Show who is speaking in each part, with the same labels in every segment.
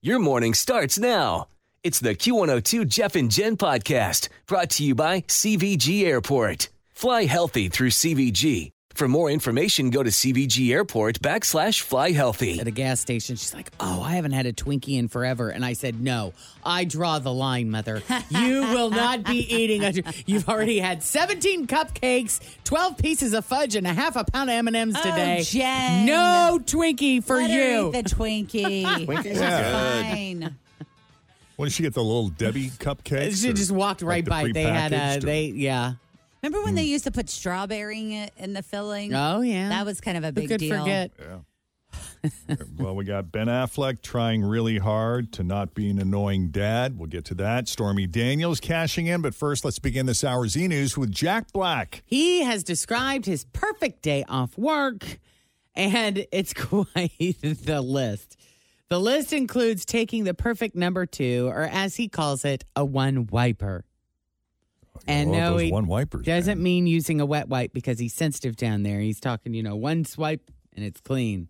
Speaker 1: Your morning starts now. It's the Q102 Jeff and Jen podcast brought to you by CVG Airport. Fly healthy through CVG. For more information, go to CVG Airport backslash fly healthy.
Speaker 2: at a gas station. She's like, "Oh, I haven't had a Twinkie in forever," and I said, "No, I draw the line, mother. You will not be eating. A, you've already had 17 cupcakes, 12 pieces of fudge, and a half a pound of M and M's
Speaker 3: Oh,
Speaker 2: today.
Speaker 3: Jen.
Speaker 2: no Twinkie for
Speaker 3: Let her
Speaker 2: you."
Speaker 3: eat the Twinkie.
Speaker 4: Twinkies
Speaker 3: It's
Speaker 4: are good.
Speaker 3: Fine.
Speaker 4: What did she get? The little Debbie cupcakes?
Speaker 2: she
Speaker 4: or,
Speaker 2: just walked
Speaker 4: like,
Speaker 2: right
Speaker 4: the
Speaker 2: by. They had a
Speaker 4: prepackaged or-
Speaker 2: they yeah.
Speaker 3: Remember when they used to put strawberry in it in the filling?
Speaker 2: Oh yeah,
Speaker 3: That was kind of a
Speaker 2: Who
Speaker 3: big
Speaker 2: could
Speaker 3: deal.
Speaker 2: forget?
Speaker 4: well, we got Ben Affleck trying really hard to not be an annoying dad. We'll get to that. Stormy Daniels cashing in, but first, let's begin this hour's e news with Jack Black.
Speaker 2: He has described his perfect day off work, and it's quite the list. The list includes taking the perfect number two, or as he calls it, a one wiper. And
Speaker 4: Love
Speaker 2: no,
Speaker 4: Oh, those
Speaker 2: he
Speaker 4: one wipers.
Speaker 2: doesn't
Speaker 4: man.
Speaker 2: mean using a wet wipe because he's sensitive down there. He's talking, you know, one swipe and it's clean.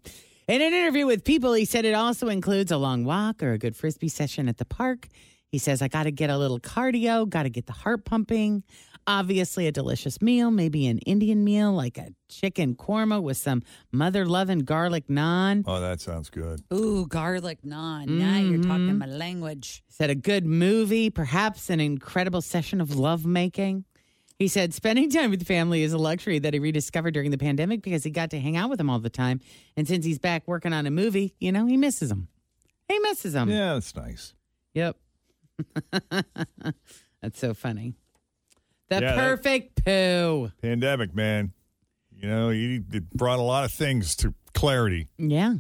Speaker 2: In an interview with People, he said it also includes a long walk or a good frisbee session at the park. He says, I got to get a little cardio, got to get the heart pumping. Obviously, a delicious meal, maybe an Indian meal like a chicken korma with some mother loving garlic naan.
Speaker 4: Oh, that sounds good.
Speaker 3: Ooh, garlic naan. Now you're talking my language.
Speaker 2: said a good movie, perhaps an incredible session of lovemaking. He said spending time with family is a luxury that he rediscovered during the pandemic because he got to hang out with them all the time. And since he's back working on a movie, you know, he misses them. He misses them.
Speaker 4: yeah, that's nice.
Speaker 2: Yep. That's so funny. The
Speaker 4: Yeah, that-
Speaker 2: perfect poo.
Speaker 4: Pandemic, man. You know, he it brought a lot of things to clarity.
Speaker 2: Yeah.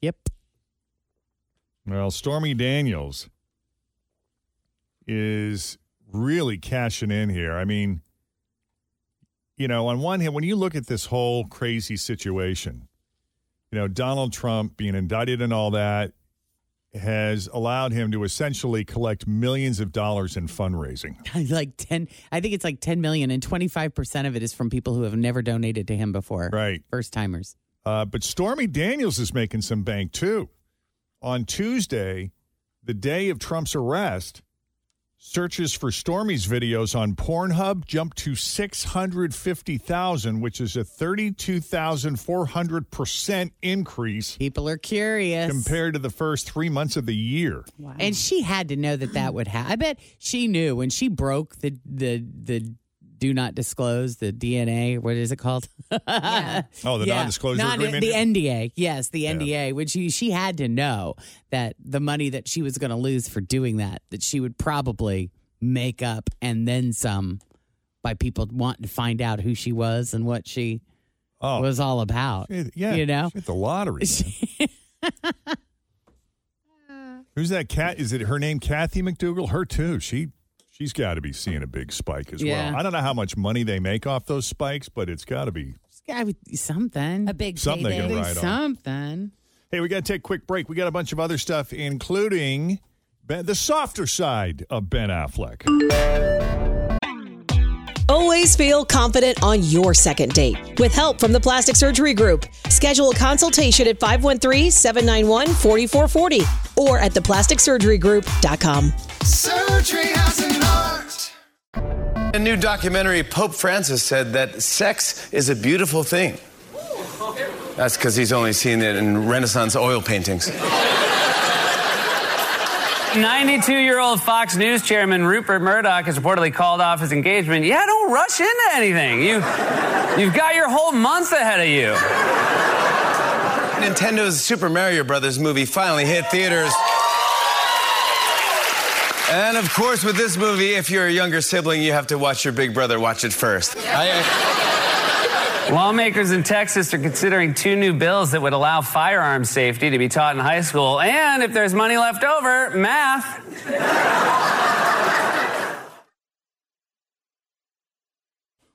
Speaker 2: Yep.
Speaker 4: Well, Stormy Daniels is really cashing in here. I mean, you know, on one hand, when you look at this whole crazy situation, you know, Donald Trump being indicted and all that has allowed him to essentially collect millions of dollars in fundraising.
Speaker 2: like 10, I think it's like 10 million, and 25% of it is from people who have never donated to him before.
Speaker 4: Right.
Speaker 2: First timers.
Speaker 4: Uh, but Stormy Daniels is making some bank too. On Tuesday, the day of Trump's arrest, searches for Stormy's videos on Pornhub jumped to 650,000, which is a 32,400% increase
Speaker 2: People are curious.
Speaker 4: compared to the first three months of the year.
Speaker 3: Wow.
Speaker 2: And she had to know that that would happen. I bet she knew when she broke the the the do not disclose the DNA. What is it called?
Speaker 3: Yeah.
Speaker 4: Oh, the non-disclosure agreement?
Speaker 2: The NDA. Yes, the
Speaker 4: Yeah.
Speaker 2: NDA. Which she she had to know that the money that she was going to lose for doing that that she would probably make up and then some by people wanting to find out who she was and what she
Speaker 4: Oh,
Speaker 2: was all about.
Speaker 4: shit, yeah.
Speaker 2: you know?
Speaker 4: shit, the lottery. man. Who's that cat? Is it her name Kathy McDougal? Her too. She she's got to be seeing a big spike as
Speaker 2: Yeah.
Speaker 4: well. I don't know how much money they make off those spikes, but it's got to be.
Speaker 2: I would something.
Speaker 3: A big
Speaker 4: Something
Speaker 3: day
Speaker 4: to
Speaker 3: there.
Speaker 4: write. right on.
Speaker 2: something.
Speaker 4: Hey, we got to take a quick break. We got a bunch of other stuff including ben, the softer side of Ben Affleck.
Speaker 5: Always feel confident on your second date. With help from the Plastic Surgery Group, schedule a consultation at 513 791 4440 or at theplasticsurgerygroup.com.
Speaker 6: Surgery has an art. A new documentary, Pope Francis said that sex is a beautiful thing. That's because he's only seen it in Renaissance oil paintings.
Speaker 7: 92 year old Fox News chairman Rupert Murdoch has reportedly called off his engagement. Yeah, don't rush into anything. You, you've got your whole month ahead of you.
Speaker 6: Nintendo's Super Mario Brothers movie finally hit theaters. And of course, with this movie, if you're a younger sibling, you have to watch your big brother watch it first. I,
Speaker 7: uh, Lawmakers in Texas are considering two new bills that would allow firearm safety to be taught in high school, and if there's money left over, math.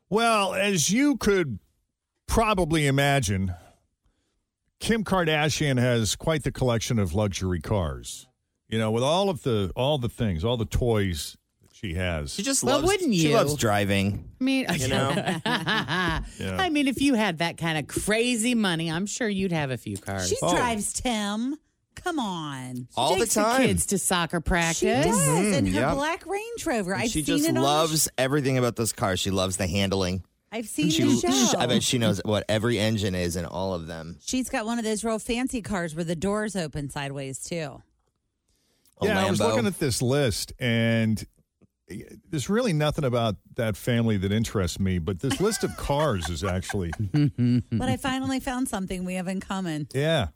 Speaker 4: Well, as you could probably imagine, Kim Kardashian has quite the collection of luxury cars. You know, with all of the all the things, all the toys that she has.
Speaker 8: She just
Speaker 2: Well,
Speaker 8: loves.
Speaker 2: wouldn't
Speaker 8: She
Speaker 2: you?
Speaker 8: loves driving.
Speaker 2: I mean,
Speaker 8: You know?
Speaker 2: I mean, if you had that kind of crazy money, I'm sure you'd have a few cars.
Speaker 3: She
Speaker 4: Oh.
Speaker 3: drives Tim. Come on.
Speaker 8: All the
Speaker 2: Takes the
Speaker 8: time.
Speaker 2: kids to soccer practice.
Speaker 3: She does
Speaker 4: Mm-hmm.
Speaker 3: in her
Speaker 8: yeah.
Speaker 3: black Range Rover. I've
Speaker 8: she
Speaker 3: seen
Speaker 8: just
Speaker 3: it on
Speaker 8: loves
Speaker 3: The
Speaker 8: everything about this car. She loves the handling.
Speaker 3: sh- I've seen
Speaker 8: She,
Speaker 3: the
Speaker 8: sh-
Speaker 3: show.
Speaker 8: I bet she knows what every engine is in all of them.
Speaker 3: She's got one of those real fancy cars where the doors open sideways too.
Speaker 8: A
Speaker 4: yeah, I was
Speaker 8: Lambo.
Speaker 4: looking at this list, and there's really nothing about that family that interests me. But this list of cars is actually,
Speaker 3: But I finally found something we have in common.
Speaker 4: yeah,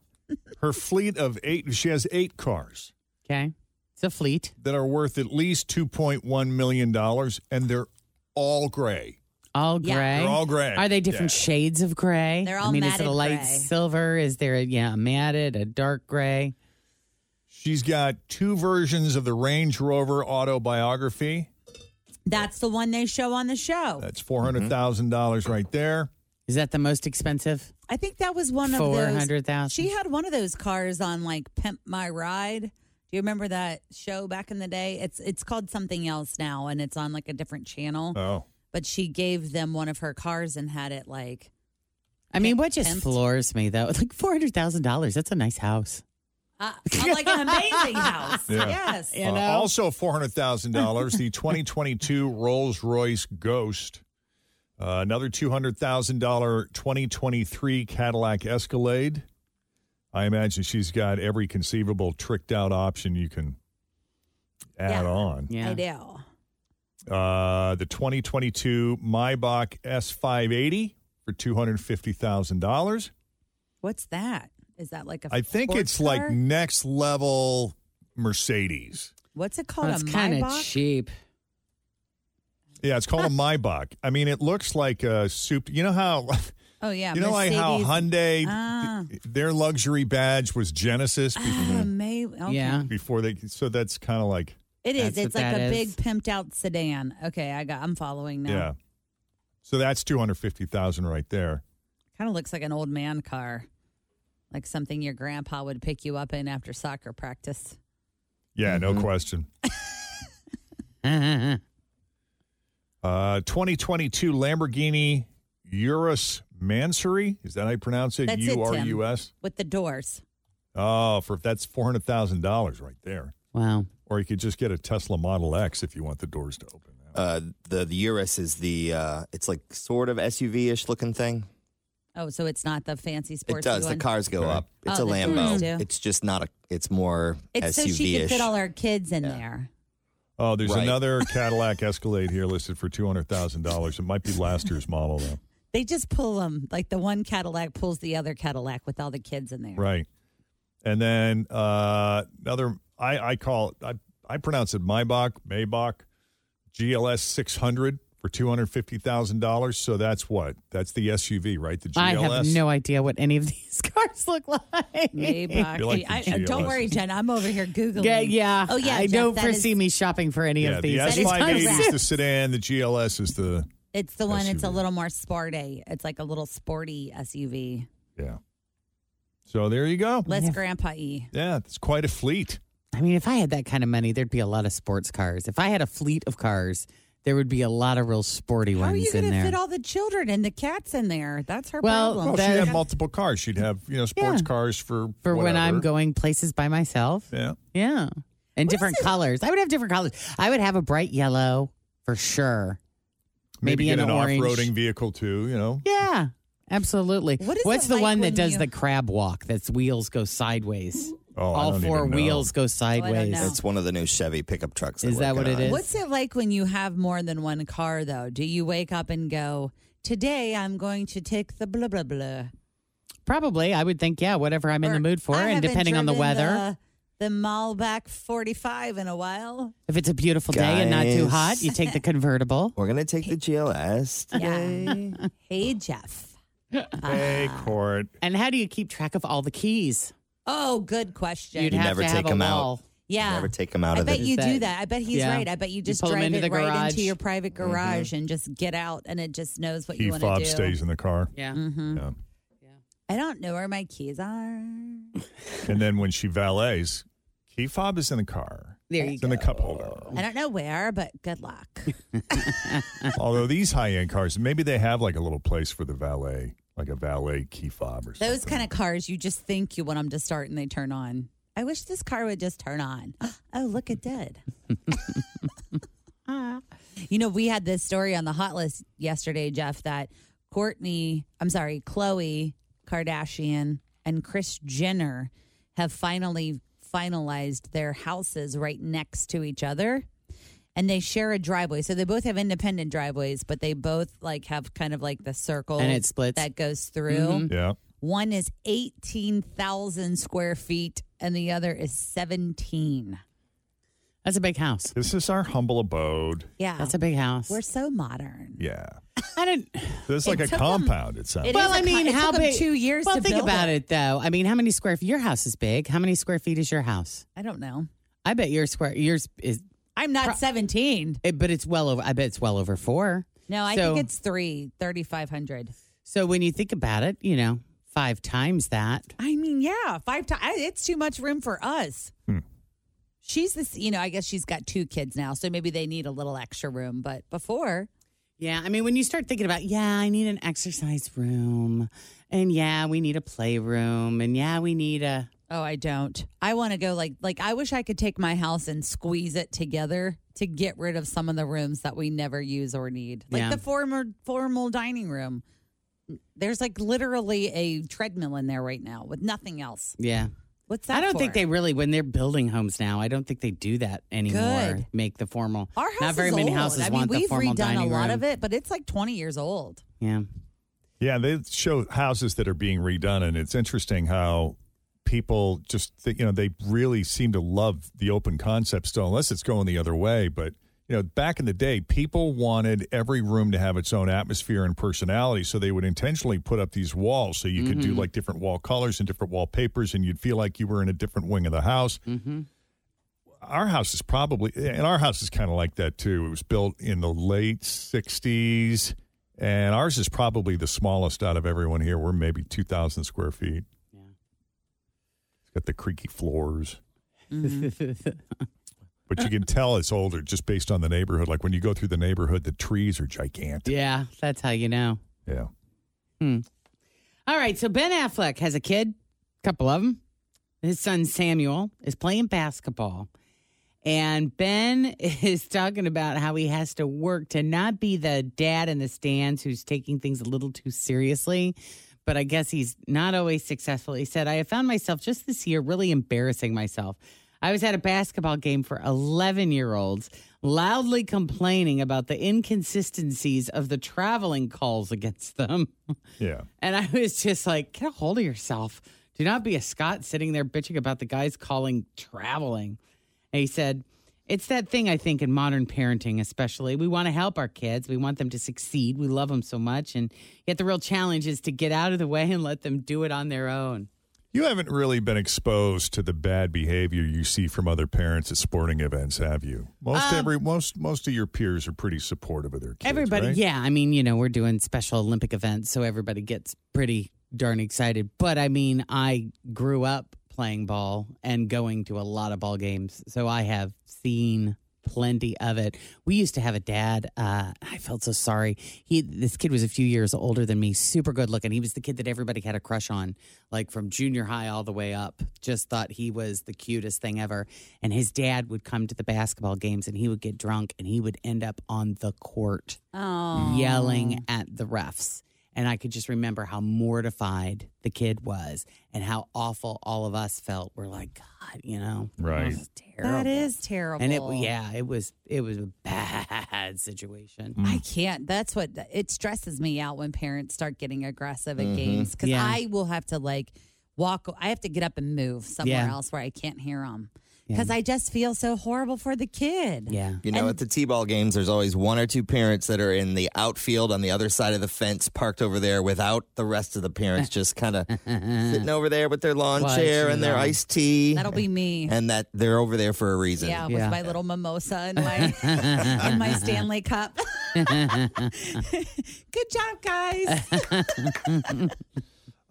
Speaker 4: her fleet of eight. She has eight cars
Speaker 2: Okay. It's a fleet.
Speaker 4: that are worth at least two point one million dollars, and they're all gray.
Speaker 2: All gray.
Speaker 3: Yeah.
Speaker 4: They're all gray.
Speaker 2: Are they different
Speaker 4: Yeah.
Speaker 2: shades of gray?
Speaker 3: They're
Speaker 2: I
Speaker 3: all
Speaker 2: mean, is it a
Speaker 3: matted
Speaker 2: light
Speaker 3: gray.
Speaker 2: silver? Is there a yeah, a matted, a dark gray?
Speaker 4: She's got two versions of the Range Rover autobiography.
Speaker 3: That's the one they show on the show.
Speaker 4: That's four hundred thousand dollars right there.
Speaker 2: Is that the most expensive?
Speaker 3: I think that was one of those.
Speaker 2: 400,000.
Speaker 3: She had one of those cars on like Pimp My Ride. Do you remember that show back in the day? It's it's called something else now, and it's on like a different channel.
Speaker 4: Oh,
Speaker 3: But she gave them one of her cars and had it like
Speaker 2: I mean, what just
Speaker 3: Pimped.
Speaker 2: floors me though? Like four hundred thousand dollars. That's a nice house.
Speaker 3: uh, like an amazing house.
Speaker 4: Yeah.
Speaker 3: Yes.
Speaker 2: You
Speaker 4: Uh,
Speaker 2: know?
Speaker 4: also four hundred thousand dollars. The twenty twenty two Rolls Royce Ghost, uh, another two hundred thousand dollar twenty twenty three Cadillac Escalade. I imagine she's got every conceivable tricked out option you can add
Speaker 3: Yeah.
Speaker 4: on.
Speaker 2: Yeah.
Speaker 3: I do.
Speaker 4: Uh, the twenty twenty two Maybach S five eighty for two hundred fifty thousand dollars.
Speaker 3: What's that? Is that like a?
Speaker 4: I think
Speaker 3: sports
Speaker 4: it's like
Speaker 3: car?
Speaker 4: next level Mercedes.
Speaker 3: what's it called?
Speaker 2: That's
Speaker 3: a
Speaker 2: kind of
Speaker 3: Maybach?
Speaker 2: cheap.
Speaker 4: Yeah, it's called a Maybach. I mean, it looks like a soup. You know how
Speaker 3: Oh yeah.
Speaker 4: you know like how Hyundai
Speaker 3: Mercedes- Ah.
Speaker 4: th- their luxury badge was Genesis before,
Speaker 3: Ah, may- okay.
Speaker 2: Yeah.
Speaker 4: before they. So that's kind of like
Speaker 3: It is.
Speaker 2: That's
Speaker 3: it's
Speaker 2: what
Speaker 3: like
Speaker 2: that
Speaker 3: a
Speaker 2: is.
Speaker 3: big pimped out sedan. Okay, I got. I'm following now.
Speaker 4: yeah. So that's two hundred fifty thousand right there.
Speaker 3: Kind of looks like an old man car, like something your grandpa would pick you up in after soccer practice.
Speaker 4: Yeah,
Speaker 3: Mm-hmm.
Speaker 4: no question. Uh, twenty twenty two Lamborghini Urus Mansory. Is that how you pronounce it?
Speaker 3: That's it, Tim.
Speaker 4: U R U S.
Speaker 3: with the doors.
Speaker 4: Oh, for that's four hundred thousand dollars right there.
Speaker 2: wow.
Speaker 4: Or you could just get a Tesla Model X if you want the doors to open.
Speaker 8: uh, the the Urus is the uh, it's like sort of SUV ish looking thing.
Speaker 3: Oh, so it's not the fancy sports.
Speaker 8: it does. The
Speaker 3: one.
Speaker 8: cars go
Speaker 4: Okay.
Speaker 8: up. It's
Speaker 3: Oh,
Speaker 8: a
Speaker 3: the cars
Speaker 8: Lambo.
Speaker 3: do.
Speaker 8: It's just not a. It's more
Speaker 3: It's
Speaker 8: SUV
Speaker 3: so
Speaker 8: ish.
Speaker 3: she can fit all our kids in there.
Speaker 4: Oh, there's
Speaker 8: Right.
Speaker 4: another Cadillac Escalade here listed for two hundred thousand dollars. It might be last year's model though.
Speaker 3: They just pull them like the one Cadillac pulls the other Cadillac with all the kids in there.
Speaker 4: Right. And then uh, another I, I call it I, I pronounce it Maybach, Maybach GLS six hundred for two hundred fifty thousand dollars. So that's what? That's the SUV, right? The GLS.
Speaker 2: I have no idea what any of these cars look like.
Speaker 3: Maybach.
Speaker 4: You're like the
Speaker 3: I- I- don't
Speaker 4: GLS.
Speaker 3: worry, Jen. I'm over here googling.
Speaker 2: Yeah, yeah.
Speaker 3: Oh yeah.
Speaker 2: I
Speaker 3: Jeff,
Speaker 2: don't
Speaker 3: that
Speaker 2: foresee
Speaker 3: is-
Speaker 2: me shopping for any
Speaker 4: Yeah,
Speaker 2: of
Speaker 4: the
Speaker 2: these.
Speaker 4: S
Speaker 3: is
Speaker 4: five eighty
Speaker 3: kind
Speaker 4: is
Speaker 3: of-
Speaker 4: the sedan, the GLS is the
Speaker 3: It's the one. It's a
Speaker 4: SUV.
Speaker 3: little more sporty. It's like a little sporty SUV.
Speaker 4: Yeah. So there you go.
Speaker 3: Less Grandpa E.
Speaker 4: Yeah, it's quite a fleet.
Speaker 2: I mean, if I had that kind of money, there'd be a lot of sports cars. If I had a fleet of cars, there would be a lot of real sporty
Speaker 3: How
Speaker 2: ones
Speaker 3: are you
Speaker 2: in
Speaker 3: going to
Speaker 2: there.
Speaker 3: fit all the children and the cats in there? That's her
Speaker 2: Well,
Speaker 3: problem.
Speaker 4: Well, she'd
Speaker 2: That-
Speaker 4: have multiple cars. She'd have, you know, sports
Speaker 2: Yeah.
Speaker 4: cars for
Speaker 2: for when I'm
Speaker 4: whatever.
Speaker 2: going places by myself.
Speaker 4: Yeah.
Speaker 2: Yeah. And different colors. I would have different colors. I would have a bright yellow for sure.
Speaker 4: Maybe,
Speaker 2: Maybe
Speaker 4: get
Speaker 2: an
Speaker 4: an,
Speaker 2: orange.
Speaker 4: off-roading vehicle too. You know,
Speaker 2: Yeah. Absolutely.
Speaker 3: What is
Speaker 2: What's
Speaker 3: it
Speaker 2: the
Speaker 3: like
Speaker 2: one
Speaker 3: when
Speaker 2: that does
Speaker 3: you-
Speaker 2: the crab walk that's wheels go sideways?
Speaker 4: Oh, I
Speaker 2: all
Speaker 4: don't
Speaker 2: four
Speaker 4: even know.
Speaker 2: wheels go sideways.
Speaker 3: Oh, know.
Speaker 8: It's one of the new Chevy pickup trucks.
Speaker 2: Is that what it is?
Speaker 3: What's it like uh, when you have more than one car, though? Do you wake up and go, Today I'm going to take the blah, blah, blah?
Speaker 2: Probably, I would think. Yeah, whatever I'm in
Speaker 3: Or,
Speaker 2: the mood for,
Speaker 3: "I
Speaker 2: and
Speaker 3: haven't
Speaker 2: depending on the
Speaker 3: driven uh,
Speaker 2: weather,
Speaker 3: The, the Malbec 45 in a while.
Speaker 2: if it's a beautiful day and not too
Speaker 8: Guys.
Speaker 2: hot, you take the convertible.
Speaker 8: We're gonna take the GLS today.
Speaker 3: Hey, Jeff.
Speaker 4: Hey,
Speaker 2: Ah.
Speaker 4: court.
Speaker 2: And how do you keep track of all the keys?
Speaker 3: Oh, good question.
Speaker 2: You'd
Speaker 8: You
Speaker 2: have
Speaker 8: never
Speaker 2: to have
Speaker 8: take
Speaker 2: a
Speaker 8: 'em out.
Speaker 2: wall.
Speaker 3: yeah.
Speaker 8: Never take them out
Speaker 3: I
Speaker 8: of
Speaker 3: bet
Speaker 8: it.
Speaker 3: you
Speaker 2: Is
Speaker 3: do
Speaker 2: that-
Speaker 3: that. I bet he's
Speaker 2: Yeah.
Speaker 3: right. I bet you just
Speaker 2: pull 'em
Speaker 3: drive
Speaker 2: into
Speaker 3: it
Speaker 2: the
Speaker 3: right
Speaker 2: garage. Mm-hmm.
Speaker 3: into your private garage and just get out, and it just knows what
Speaker 4: Key
Speaker 3: you want to
Speaker 4: fob
Speaker 3: do.
Speaker 4: stays in the car.
Speaker 2: Yeah.
Speaker 3: hmm
Speaker 4: Yeah.
Speaker 3: I don't know where my keys are.
Speaker 4: And then when she valets, key fob is in the car.
Speaker 2: There you
Speaker 4: It's in the cup holder.
Speaker 3: I don't know where, but good luck.
Speaker 4: Although these high end cars, maybe they have like a little place for the valet, like a valet key fob or something.
Speaker 3: Those kind of cars, you just think you want them to start and they turn on. I wish this car would just turn on. Oh, look, it did. you know, we had this story on the hot list yesterday, Jeff, that Courtney, I'm sorry, Chloe Kardashian and Chris Jenner have finally finalized their houses right next to each other. And they share a driveway. So they both have independent driveways, but they both like have kind of like the circle
Speaker 2: And it splits. Mm-hmm.
Speaker 3: that goes through.
Speaker 4: Yeah.
Speaker 3: One is 18,000 square feet and the other is 17.
Speaker 2: That's a big house.
Speaker 4: This is our humble abode.
Speaker 3: Yeah.
Speaker 2: That's a big house.
Speaker 3: We're so modern.
Speaker 4: Yeah.
Speaker 2: I don't.
Speaker 4: This is
Speaker 3: It
Speaker 4: like a
Speaker 3: took 'em-
Speaker 4: compound, it sounds
Speaker 3: it
Speaker 4: like.
Speaker 3: is-
Speaker 2: Well,
Speaker 3: a
Speaker 2: I
Speaker 3: co-
Speaker 2: mean,
Speaker 3: it
Speaker 2: how
Speaker 3: took 'em
Speaker 2: big?
Speaker 3: two years
Speaker 2: Well,
Speaker 3: to
Speaker 2: think
Speaker 3: build
Speaker 2: about
Speaker 3: it.
Speaker 2: it. though. I mean, how many square? Your house is big. How many square feet is your house?
Speaker 3: I don't know.
Speaker 2: I bet your square yours is,
Speaker 3: I'm not 17.
Speaker 2: it, but it's well over. I bet it's well over four.
Speaker 3: No, I
Speaker 2: So-
Speaker 3: think it's three, 3,500.
Speaker 2: So when you think about it, you know, five times that.
Speaker 3: I mean, yeah, five times. It's too much room for us. She's this, you know, I guess she's got two kids now, so maybe they need a little extra room. But before,
Speaker 2: Yeah, I mean, when you start thinking about, yeah, I need an exercise room, and yeah, we need a playroom, and yeah, we need a.
Speaker 3: oh, I don't. I want to go like, like I wish I could take my house and squeeze it together to get rid of some of the rooms that we never use or need, like
Speaker 2: Yeah.
Speaker 3: the former formal dining room. There's like literally a treadmill in there right now with nothing else.
Speaker 2: Yeah,
Speaker 3: What's that?
Speaker 2: I don't
Speaker 3: for?
Speaker 2: think they really when they're building homes now. I don't think they do that anymore.
Speaker 3: Good.
Speaker 2: Make the formal.
Speaker 3: Our house
Speaker 2: Not very
Speaker 3: is
Speaker 2: many
Speaker 3: old.
Speaker 2: houses
Speaker 3: I mean,
Speaker 2: want the
Speaker 3: we've
Speaker 2: formal
Speaker 3: redone
Speaker 2: dining
Speaker 3: a lot
Speaker 2: room.
Speaker 3: of it, but it's like 20 years old.
Speaker 2: Yeah,
Speaker 4: Yeah, they show houses that are being redone, and it's interesting how people just thi- you know they really seem to love the open concept still, unless it's going the other way. But you know, back in the day, people wanted every room to have its own atmosphere and personality, so they would intentionally put up these walls so you could
Speaker 3: Mm-hmm.
Speaker 4: do like different wall colors and different wallpapers, and you'd feel like you were in a different wing of the house
Speaker 3: Mm-hmm.
Speaker 4: our house is probably and our house is kind of like that too it was built in the late 60s and ours is probably the smallest out of everyone here we're maybe 2000 square feet yeah it's got the creaky floors
Speaker 3: Mm-hmm.
Speaker 4: but you can tell it's older just based on the neighborhood like when you go through the neighborhood the trees are gigantic
Speaker 2: yeah, that's how you know.
Speaker 4: yeah
Speaker 2: All right, so Ben Affleck has a kid, a couple of them. His son Samuel is playing basketball. And Ben is talking about how he has to work to not be the dad in the stands who's taking things a little too seriously. But I guess he's not always successful. He said, I have found myself just this year really embarrassing myself. I was at a basketball game for 11 year olds, loudly complaining about the inconsistencies of the traveling calls against them.
Speaker 4: yeah
Speaker 2: And I was just like, get a hold of yourself. Do not be a Scot sitting there bitching about the guys calling traveling. And he said, it's that thing I think in modern parenting, especially. We want to help our kids. We want them to succeed. We love them so much. And yet the real challenge is to get out of the way and let them do it on their own.
Speaker 4: you haven't really been exposed to the bad behavior you see from other parents at sporting events have you most every most most of your peers are pretty supportive of their kids
Speaker 2: everybody,
Speaker 4: right?
Speaker 2: yeah. I mean, you know, we're doing special Olympic events, so everybody gets pretty darn excited. But I mean, I grew up playing ball and going to a lot of ball games, so I have seen plenty of it. We used to have a dad. Uh, I felt so sorry. He, this kid was a few years older than me, super good looking. He was the kid that everybody had a crush on, like from junior high all the way up. Just thought he was the cutest thing ever. And his dad would come to the basketball games, and he would get drunk, and he would end up on the court
Speaker 3: Oh.
Speaker 2: yelling at the refs. And I could just remember how mortified the kid was and how awful all of us felt. We're like, God, you know,
Speaker 4: Right.
Speaker 2: that's terrible.
Speaker 3: That is terrible.
Speaker 2: And it, yeah, it was, it was a bad situation.
Speaker 3: I can't. That's what it stresses me out when parents start getting aggressive at games because
Speaker 2: Mm-hmm. Yeah.
Speaker 3: I will have to like walk. I have to get up and move somewhere
Speaker 2: Yeah.
Speaker 3: else where I can't hear them because I just feel so horrible for the kid.
Speaker 2: Yeah.
Speaker 8: You know, at the T-ball games, there's always one or two parents that are in the outfield on the other side of the fence, parked over there without the rest of the parents, just kind of sitting over there with their lawn
Speaker 2: Well,
Speaker 8: chair
Speaker 2: it's
Speaker 8: and their
Speaker 2: long.
Speaker 8: iced tea.
Speaker 3: That'll be me.
Speaker 8: and that they're over there for a reason.
Speaker 3: Yeah, with
Speaker 2: Yeah.
Speaker 3: my little mimosa and my and my Stanley cup. Good job, guys.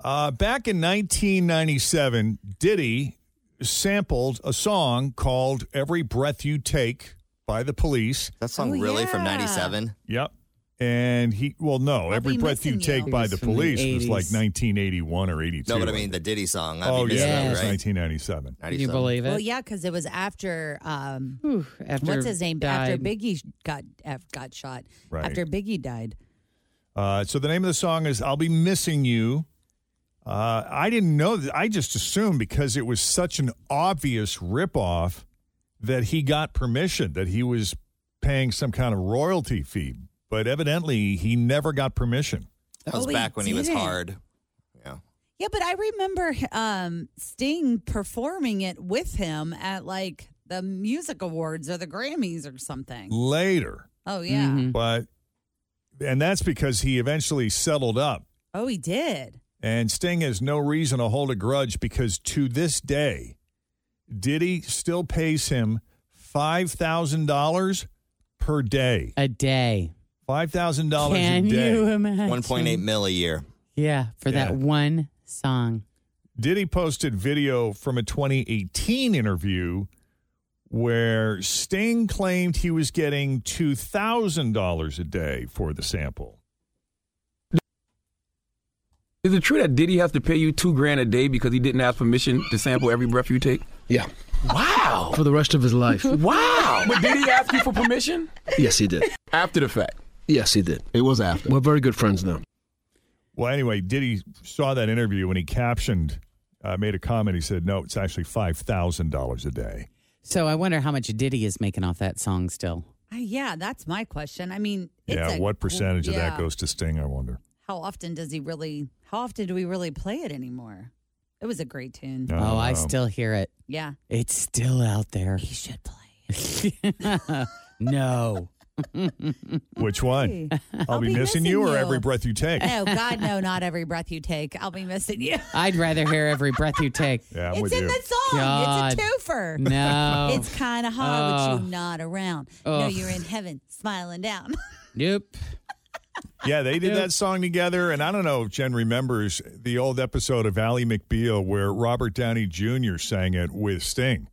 Speaker 4: Uh, back in 1997, Diddy sampled a song called Every Breath You Take by the police.
Speaker 8: That song
Speaker 3: Oh,
Speaker 8: really from
Speaker 3: yeah.
Speaker 8: 97?
Speaker 4: Yep. And he, well, no,
Speaker 3: I'll
Speaker 4: Every
Speaker 3: be
Speaker 4: Breath You
Speaker 3: missing
Speaker 4: Take
Speaker 3: you.
Speaker 4: by
Speaker 2: It's
Speaker 4: the
Speaker 2: from the
Speaker 4: police was
Speaker 2: 80s.
Speaker 4: like 1981 or 82.
Speaker 8: No, but I mean the Diddy song. I
Speaker 4: oh,
Speaker 8: mean,
Speaker 4: yeah,
Speaker 8: it's
Speaker 4: it
Speaker 8: not
Speaker 4: was
Speaker 8: right?
Speaker 4: 1997.
Speaker 8: 97.
Speaker 2: Can you believe it?
Speaker 3: well, yeah, because it was after um,
Speaker 2: Whew, after
Speaker 3: what's his name? After
Speaker 2: died.
Speaker 3: Biggie got af- got shot.
Speaker 4: Right.
Speaker 3: After Biggie died.
Speaker 4: Uh, so the name of the song is "I'll Be Missing You." Uh, I didn't know. That, I just assumed because it was such an obvious ripoff that he got permission that he was paying some kind of royalty fee. But evidently, he never got permission.
Speaker 8: That was
Speaker 3: Oh, he
Speaker 8: back when he was
Speaker 3: didn't.
Speaker 8: hard. Yeah.
Speaker 3: Yeah, but I remember um, Sting performing it with him at like the music awards or the Grammys or something.
Speaker 4: Later,
Speaker 3: Oh yeah.
Speaker 2: Mm-hmm.
Speaker 4: but and that's because he eventually settled up.
Speaker 3: Oh, he did.
Speaker 4: And Sting has no reason to hold a grudge because to this day, Diddy still pays him five thousand dollars per day.
Speaker 2: a day.
Speaker 4: Five thousand dollars a
Speaker 2: Can
Speaker 4: day.
Speaker 2: you imagine?
Speaker 8: 1.8 mil a year.
Speaker 2: Yeah, for
Speaker 4: Yeah.
Speaker 2: that one song.
Speaker 4: Diddy posted video from a 2018 interview where Sting claimed he was getting two thousand dollars a day for the sample.
Speaker 9: Is it true that Diddy have to pay you two grand a day because he didn't ask permission to sample every breath you take?
Speaker 10: Yeah,
Speaker 9: Wow!
Speaker 10: for the rest of his life.
Speaker 9: Wow! But did he ask you for permission?
Speaker 10: yes, he did.
Speaker 9: After the fact.
Speaker 10: Yes, he did. It was after. We're very good friends now.
Speaker 4: Well, anyway, Diddy saw that interview and he captioned, uh, made a comment. He said, "No, it's actually five thousand dollars a day."
Speaker 2: So I wonder how much Diddy is making off that song still.
Speaker 3: Uh, yeah, that's my question. I mean, it's
Speaker 4: yeah,
Speaker 3: a-
Speaker 4: what percentage of
Speaker 3: yeah.
Speaker 4: that goes to Sting? I wonder.
Speaker 3: How often does he really? How often do we really play it anymore? It was a great tune.
Speaker 4: No,
Speaker 2: oh, I
Speaker 4: no.
Speaker 2: still hear it.
Speaker 3: Yeah,
Speaker 2: It's still out there.
Speaker 3: he should play.
Speaker 2: no.
Speaker 4: um, Which one? I'll, be, missing, you, or every breath you take.
Speaker 3: Oh God, no! Not every breath you take. I'll be missing you.
Speaker 2: I'd rather hear every breath you take.
Speaker 4: Yeah, I'm
Speaker 3: it's
Speaker 4: with
Speaker 3: in
Speaker 4: you.
Speaker 3: the song.
Speaker 2: God.
Speaker 3: It's a twofer.
Speaker 2: No.
Speaker 3: It's kind of hard with you not around. No,
Speaker 2: Ugh.
Speaker 3: you're in heaven, smiling down.
Speaker 2: nope.
Speaker 4: yeah, they did
Speaker 2: Yep.
Speaker 4: that song together, and I don't know if Jen remembers the old episode of Ally McBeal where Robert Downey Jr. sang it with Sting.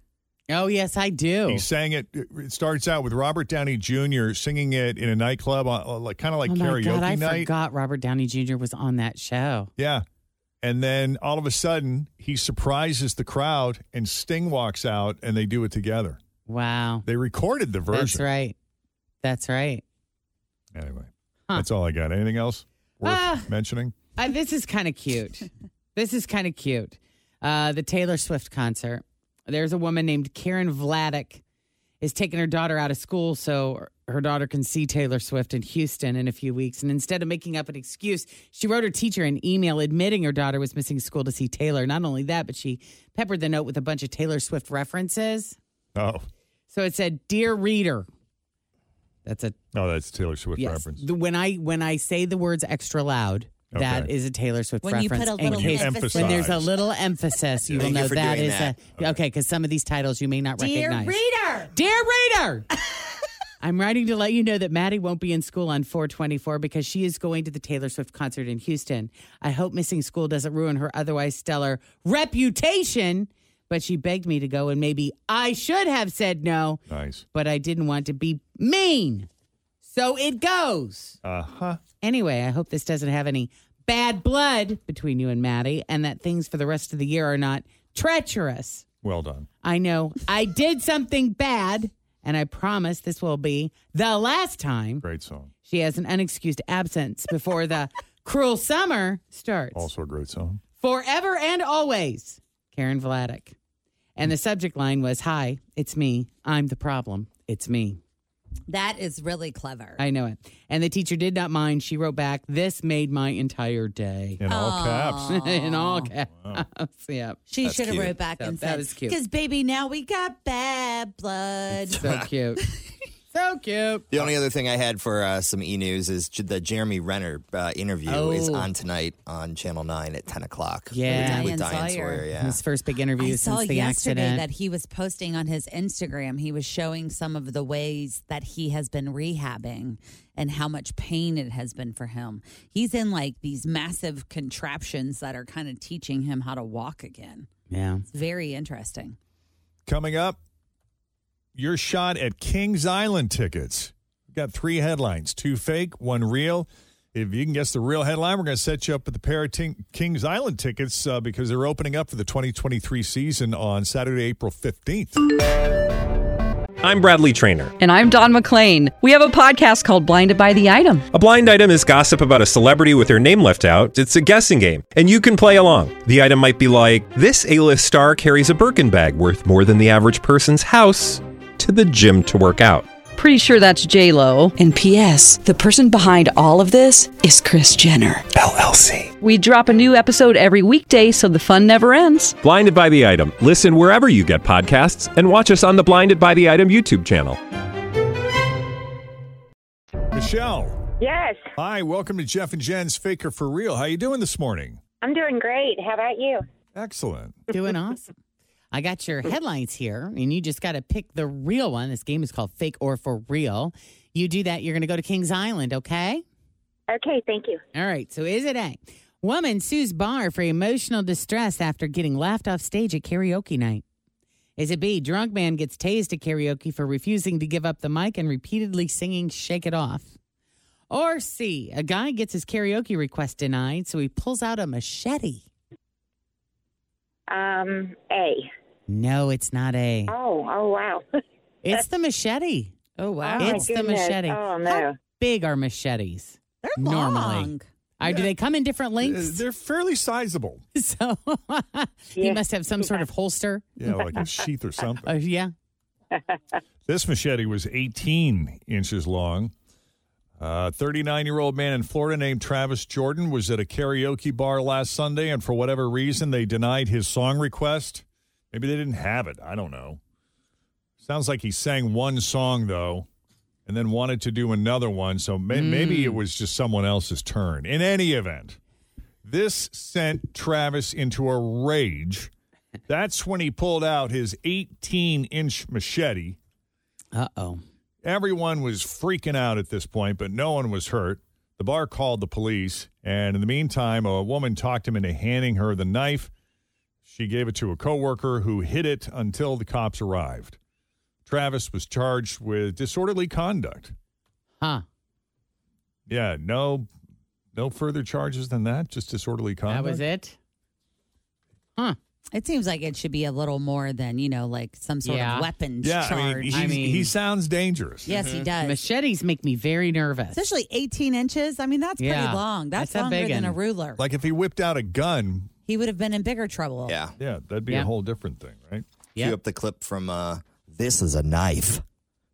Speaker 2: Oh, yes, I do.
Speaker 4: He sang it. It starts out with Robert Downey Jr. singing it in a nightclub, uh, like kind of like
Speaker 2: oh, my
Speaker 4: karaoke
Speaker 2: God. I
Speaker 4: night.
Speaker 2: forgot Robert Downey Jr. was on that show.
Speaker 4: Yeah. And then all of a sudden, he surprises the crowd, and Sting walks out, and they do it together.
Speaker 2: Wow.
Speaker 4: They recorded the version.
Speaker 2: That's right. That's right.
Speaker 4: Anyway,
Speaker 2: Huh.
Speaker 4: that's all I got. Anything else worth
Speaker 2: Ah.
Speaker 4: mentioning?
Speaker 2: Uh, this is kind of cute. this is kind of cute. Uh, the Taylor Swift concert. There's a woman named Karen Vladek is taking her daughter out of school so her daughter can see Taylor Swift in Houston in a few weeks. And instead of making up an excuse, she wrote her teacher an email admitting her daughter was missing school to see Taylor. Not only that, but she peppered the note with a bunch of Taylor Swift references.
Speaker 4: Oh,
Speaker 2: So it said, "Dear reader." That's a
Speaker 4: no, that's Taylor Swift
Speaker 2: yes.
Speaker 4: reference.
Speaker 2: The- when I when I say the words extra loud, that
Speaker 4: Okay.
Speaker 2: is a Taylor Swift
Speaker 3: When you put
Speaker 2: reference.
Speaker 3: a
Speaker 2: in
Speaker 3: little
Speaker 4: you
Speaker 2: case-
Speaker 3: emphasis,
Speaker 2: when there's a
Speaker 4: Emphasize.
Speaker 2: little emphasis, you will
Speaker 8: Thank you
Speaker 2: know
Speaker 8: for
Speaker 2: that
Speaker 8: doing
Speaker 2: is
Speaker 8: that.
Speaker 2: a okay because some of these titles you may not
Speaker 3: dear
Speaker 2: recognize.
Speaker 3: reader,
Speaker 2: Dear reader, I'm writing to let you know that Maddie won't be in school on 424 because she is going to the Taylor Swift concert in Houston. I hope missing school doesn't ruin her otherwise stellar reputation. But she begged me to go, and maybe I should have said no,
Speaker 4: Nice.
Speaker 2: but I didn't want to be mean. So it goes.
Speaker 4: Uh huh.
Speaker 2: Anyway, I hope this doesn't have any bad blood between you and Maddie and that things for the rest of the year are not treacherous.
Speaker 4: Well done.
Speaker 2: I know I did something bad, and I promise this will be the last time
Speaker 4: Great song.
Speaker 2: she has an unexcused absence before the Cruel Summer starts.
Speaker 4: Also a great song.
Speaker 2: Forever and always, Karen Vladik. And the subject line was Hi, it's me. I'm the problem. It's me.
Speaker 3: That is really clever.
Speaker 2: I know it. And the teacher did not mind. She wrote back, This made my entire day.
Speaker 4: In all caps.
Speaker 2: In all caps. Yeah.
Speaker 3: She should have wrote back and
Speaker 2: that,
Speaker 3: said,
Speaker 2: That was cute.
Speaker 3: Because, baby, now we got bad blood.
Speaker 2: So cute. so cute.
Speaker 8: The only other thing I had for uh, some e news is j- the Jeremy Renner uh, interview is
Speaker 2: Oh.
Speaker 8: on tonight on Channel 9 at 10 o'clock.
Speaker 2: Yeah.
Speaker 8: With, with
Speaker 3: Diane
Speaker 8: Diane
Speaker 3: Sawyer.
Speaker 8: Sawyer. yeah.
Speaker 2: His first big interview
Speaker 3: I saw
Speaker 2: since the
Speaker 3: yesterday
Speaker 2: accident.
Speaker 3: that he was posting on his Instagram. He was showing some of the ways that he has been rehabbing and how much pain it has been for him. He's in like these massive contraptions that are kind of teaching him how to walk again.
Speaker 2: yeah.
Speaker 3: It's very interesting.
Speaker 4: Coming up, your shot at Kings Island tickets. We've got three headlines two fake, one real. If you can guess the real headline, we're going to set you up with a pair of Ting- Kings Island tickets uh, because they're opening up for the 2023 season on Saturday, April 15th.
Speaker 11: I'm Bradley Trainer.
Speaker 12: And I'm Don McClain. We have a podcast called Blinded by the Item.
Speaker 11: A blind item is gossip about a celebrity with their name left out. It's a guessing game, and you can play along. The item might be like this: A-list star carries a Birkin bag worth more than the average person's house to the gym to work out.
Speaker 12: Pretty sure that's J Lo. And P.S. The person behind all of this is Chris Jenner LLC. We drop a new episode every weekday, so the fun never ends.
Speaker 11: Blinded by the item. Listen wherever you get podcasts, and watch us on the Blinded by the Item YouTube channel.
Speaker 4: Michelle.
Speaker 13: Yes,
Speaker 4: Hi, welcome to Jeff and Jen's Faker for Real. How you doing this morning?
Speaker 13: I'm doing great. How about you?
Speaker 4: Excellent.
Speaker 2: Doing awesome. I got your headlines here, and you just got to pick the real one. This game is called Fake or For Real. You do that, you're going to go to Kings Island, okay?
Speaker 13: Okay, thank you.
Speaker 2: All right. So, is it A? Woman sues bar for emotional distress after getting laughed off stage at karaoke night. Is it B? Drunk man gets tased at karaoke for refusing to give up the mic and repeatedly singing Shake It Off. Or C? A guy gets his karaoke request denied, so he pulls out a machete.
Speaker 13: Um, A.
Speaker 2: No, it's not A.
Speaker 13: Oh, oh wow.
Speaker 2: It's the machete. Oh
Speaker 13: wow. Oh, my
Speaker 2: It's the
Speaker 13: goodness.
Speaker 2: machete.
Speaker 13: Oh,
Speaker 2: How
Speaker 13: no.
Speaker 2: big are machetes? They're normally.
Speaker 3: long.
Speaker 2: Uh, do they come in different
Speaker 4: Uh,
Speaker 2: lengths?
Speaker 4: They're fairly sizable.
Speaker 2: so he must have some sort of holster.
Speaker 4: Yeah, like a sheath or something.
Speaker 2: Uh, yeah.
Speaker 4: This machete was 18 inches long. A 39 year old man in Florida named Travis Jordan was at a karaoke bar last Sunday, and for whatever reason, they denied his song request. Maybe they didn't have it. I don't know. Sounds like he sang one song, though, and then wanted to do another one. So may- maybe it was just someone else's turn. In any event, this sent Travis into a rage. That's when he pulled out his 18 inch machete.
Speaker 2: Uh oh.
Speaker 4: Everyone was freaking out at this point, but no one was hurt. The bar called the police, and in the meantime, a woman talked him into handing her the knife. She gave it to a coworker who hid it until the cops arrived. Travis was charged with disorderly conduct.
Speaker 2: Huh.
Speaker 4: Yeah, no no further charges than that, just disorderly conduct.
Speaker 2: That was it. Huh.
Speaker 3: It seems like it should be a little more than, you know, like some sort
Speaker 2: Yeah.
Speaker 3: of weapons
Speaker 4: Yeah, I
Speaker 3: charge.
Speaker 4: mean, he's- he sounds dangerous.
Speaker 3: yes,
Speaker 2: Mm-hmm.
Speaker 3: he does.
Speaker 2: Machetes make me very nervous.
Speaker 3: Uh, Especially 18 inches. I mean, that's
Speaker 2: Yeah.
Speaker 3: pretty long. That's,
Speaker 2: That's a
Speaker 3: longer
Speaker 2: big
Speaker 3: than a
Speaker 2: un.
Speaker 3: ruler.
Speaker 4: Like if he whipped out a gun,
Speaker 3: He would have been in bigger trouble.
Speaker 8: Yeah.
Speaker 4: yeah, that'd be a
Speaker 2: Yeah.
Speaker 4: whole different thing, right?
Speaker 8: Cue up the clip from uh, This is a Knife.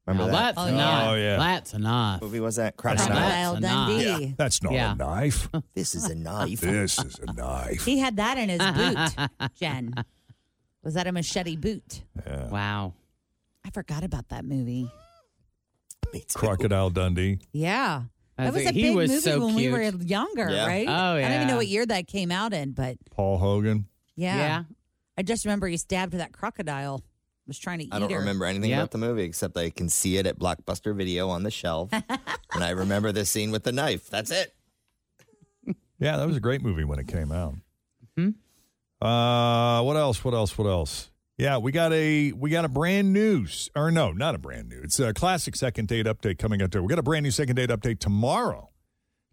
Speaker 8: Remember
Speaker 2: Now
Speaker 8: that?
Speaker 2: that's
Speaker 3: Oh,
Speaker 2: enough.
Speaker 4: Oh, yeah.
Speaker 2: That's enough.
Speaker 8: movie was that? Crocodile.
Speaker 2: That's enough.
Speaker 3: Crocodile
Speaker 2: enough.
Speaker 3: Dundee.
Speaker 4: That's not
Speaker 2: Yeah.
Speaker 4: a knife.
Speaker 8: This is a knife.
Speaker 4: this is a knife.
Speaker 3: He had that in his boot, Jen. Was that a machete boot?
Speaker 4: Yeah.
Speaker 2: Wow.
Speaker 3: I forgot about that movie.
Speaker 4: Crocodile Dundee.
Speaker 3: Yeah.
Speaker 2: I
Speaker 3: That was
Speaker 2: think
Speaker 3: a
Speaker 2: he
Speaker 3: big
Speaker 2: was
Speaker 3: movie
Speaker 2: so
Speaker 3: when we
Speaker 2: cute.
Speaker 3: were younger,
Speaker 8: Yeah.
Speaker 3: right?
Speaker 2: Oh,
Speaker 3: I don't even
Speaker 2: yeah.
Speaker 3: know what year that came out in, but
Speaker 4: Paul Hogan.
Speaker 3: yeah.
Speaker 2: Yeah.
Speaker 3: I just remember he stabbed that crocodile. Was trying to eat
Speaker 8: I don't
Speaker 3: her.
Speaker 8: remember anything
Speaker 2: Yep.
Speaker 8: about the movie except I can see it at Blockbuster Video on the shelf. and I remember the scene with the knife. That's it.
Speaker 4: Yeah, that was a great movie when it came out.
Speaker 2: Hmm?
Speaker 4: Uh, what else? What else? What else? Yeah, we got a we got a brand new s- or no, not a brand new. It's a classic second date update coming up there. We got a brand new second date update tomorrow,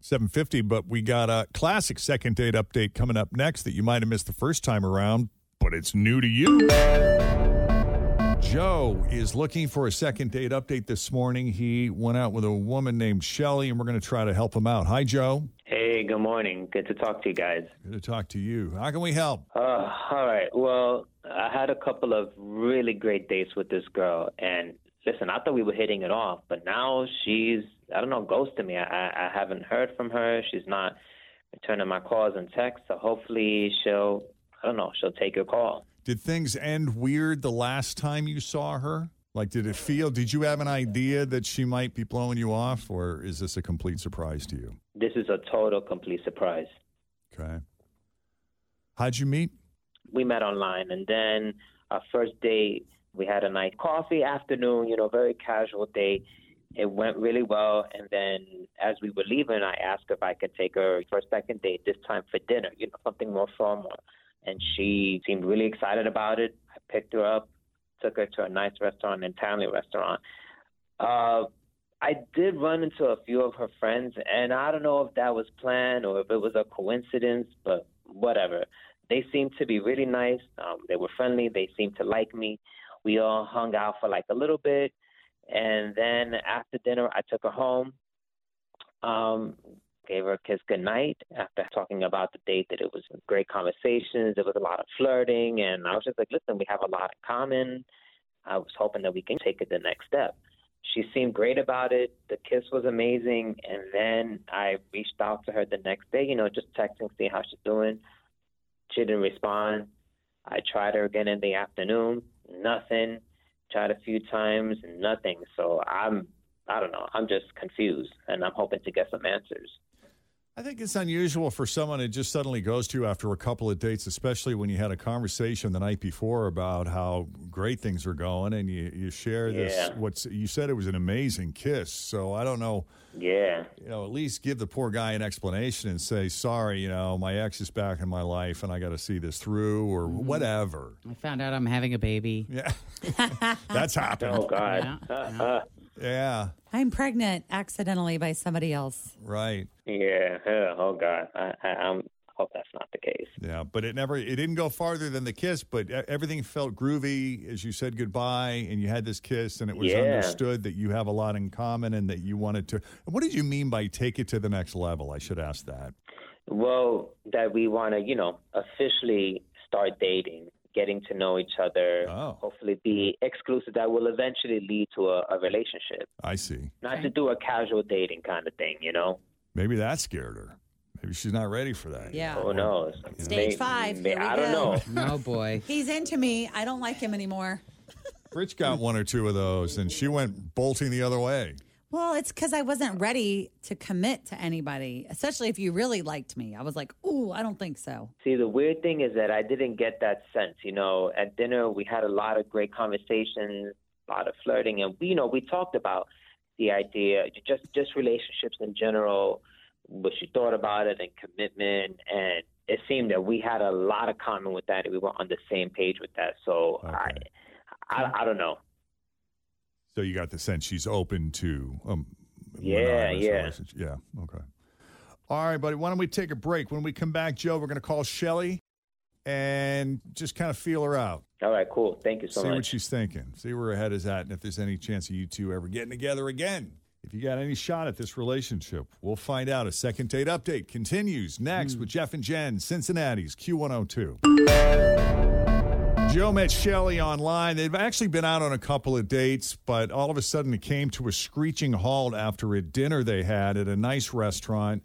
Speaker 4: seven fifty. But we got a classic second date update coming up next that you might have missed the first time around, but it's new to you. Joe is looking for a second date update this morning. He went out with a woman named Shelly, and we're going to try to help him out. Hi, Joe.
Speaker 14: Hey, Hey, good morning. Good to talk to you guys.
Speaker 4: Good to talk to you. How can we help?
Speaker 14: Uh, all right. Well, I had a couple of really great dates with this girl, and listen, I thought we were hitting it off, but now she's I don't know ghosting me. I I I haven't heard from her. She's not returning my calls and texts. So hopefully she'll I don't know she'll take your call.
Speaker 4: Did things end weird the last time you saw her? Like, did it feel, did you have an idea that she might be blowing you off, or is this a complete surprise to you?
Speaker 14: This is a total complete surprise.
Speaker 4: Okay. How'd you meet?
Speaker 14: we met online and then our first date we had a nice coffee afternoon you know very casual date it went really well and then as we were leaving i asked if i could take her for a second date this time for dinner you know something more formal and she seemed really excited about it i picked her up took her to a nice restaurant an italian restaurant uh, I did run into a few of her friends, and I don't know if that was planned or if it was a coincidence, but whatever. They seemed to be really nice. Um, they were friendly. They seemed to like me. We all hung out for like a little bit, and then after dinner, I took her home. Um, gave her a kiss goodnight after talking about the date that it was great conversations. There was a lot of flirting, and I was just like, listen, we have a lot in common. I was hoping that we can take it the next step. She seemed great about it. The kiss was amazing. And then I reached out to her the next day, you know, just texting, seeing how she's doing. She didn't respond. I tried her again in the afternoon. Nothing. Tried a few times. Nothing. So I'm, I don't know. I'm just confused, and I'm hoping to get some answers.
Speaker 4: I think it's unusual for someone to just suddenly goes to you after a couple of dates, especially when you had a conversation the night before about how great things are going, and you, you share this.
Speaker 14: Yeah.
Speaker 4: What's you said it was an amazing kiss, so I don't know.
Speaker 14: Yeah.
Speaker 4: you know, at least give the poor guy an explanation and say, sorry, you know, my ex is back in my life and I got to see this through or
Speaker 14: Mm-hmm.
Speaker 4: whatever.
Speaker 2: I found out I'm having a baby.
Speaker 4: Yeah. That's happened.
Speaker 2: Oh, God.
Speaker 4: Yeah.
Speaker 3: I'm pregnant accidentally by somebody else.
Speaker 4: right.
Speaker 14: Yeah. yeah, Oh God. I, I I'm hope that's not the case.
Speaker 4: Yeah. But it never, it didn't go farther than the kiss, but e- everything felt groovy as you said goodbye and you had this kiss and it was
Speaker 14: Yeah.
Speaker 4: understood that you have a lot in common and that you wanted to. What did you mean by take it to the next level? I should ask that.
Speaker 14: Well, that we want to, you know, officially start dating, getting to know each other.
Speaker 8: Oh.
Speaker 14: Hopefully, be exclusive. That will eventually lead to a, a relationship.
Speaker 4: I see.
Speaker 14: Not to do a casual dating kind of thing, you know.
Speaker 4: Maybe that scared her. Maybe she's not ready for that.
Speaker 3: Yeah.
Speaker 14: Who knows?
Speaker 3: Stage
Speaker 14: May-
Speaker 3: five,
Speaker 14: may-
Speaker 3: here we
Speaker 14: I don't
Speaker 3: go.
Speaker 14: know.
Speaker 2: No, Oh, boy.
Speaker 3: He's into me. I don't like him anymore.
Speaker 4: Rich got one or two of those and she went bolting the other way.
Speaker 3: Well, it's because I wasn't ready to commit to anybody, especially if you really liked me. I was like, ooh, I don't think so.
Speaker 14: See, the weird thing is that I didn't get that sense. You know, at dinner we had a lot of great conversations, a lot of flirting, and you know we talked about the idea, just just relationships in general, what she thought about it, and commitment, and it seemed that we had a lot of common with that. and We were on the same page with that. So I, I, I don't know.
Speaker 4: So you got the sense she's open to um
Speaker 14: Yeah,
Speaker 4: monogamous
Speaker 14: yeah.
Speaker 4: relationship. Yeah. Okay. All right, buddy. Why don't we take a break? When we come back, Joe, we're gonna call Shelly and just kind of feel her out.
Speaker 14: All right, cool. Thank you so
Speaker 4: See
Speaker 14: much.
Speaker 4: what she's thinking. See where her head is at and if there's any chance of you two ever getting together again. If you got any shot at this relationship, we'll find out. A second date update continues next
Speaker 14: Hmm.
Speaker 4: with Jeff and Jen, Cincinnati's Q102. Joe met Shelly online. They've actually been out on a couple of dates, but all of a sudden it came to a screeching halt after a dinner they had at a nice restaurant.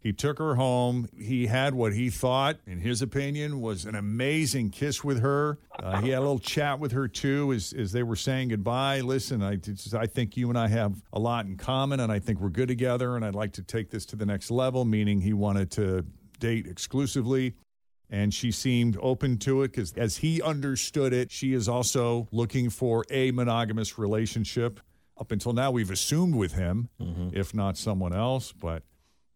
Speaker 4: He took her home. He had what he thought, in his opinion, was an amazing kiss with her. Uh, he had a little chat with her too, as, as they were saying goodbye. Listen, I just- I think you and I have a lot in common, and I think we're good together. And I'd like to take this to the next level, meaning he wanted to date exclusively and she seemed open to it because, as he understood it, she is also looking for a monogamous relationship. Up until now, we've assumed with him, if not someone else, but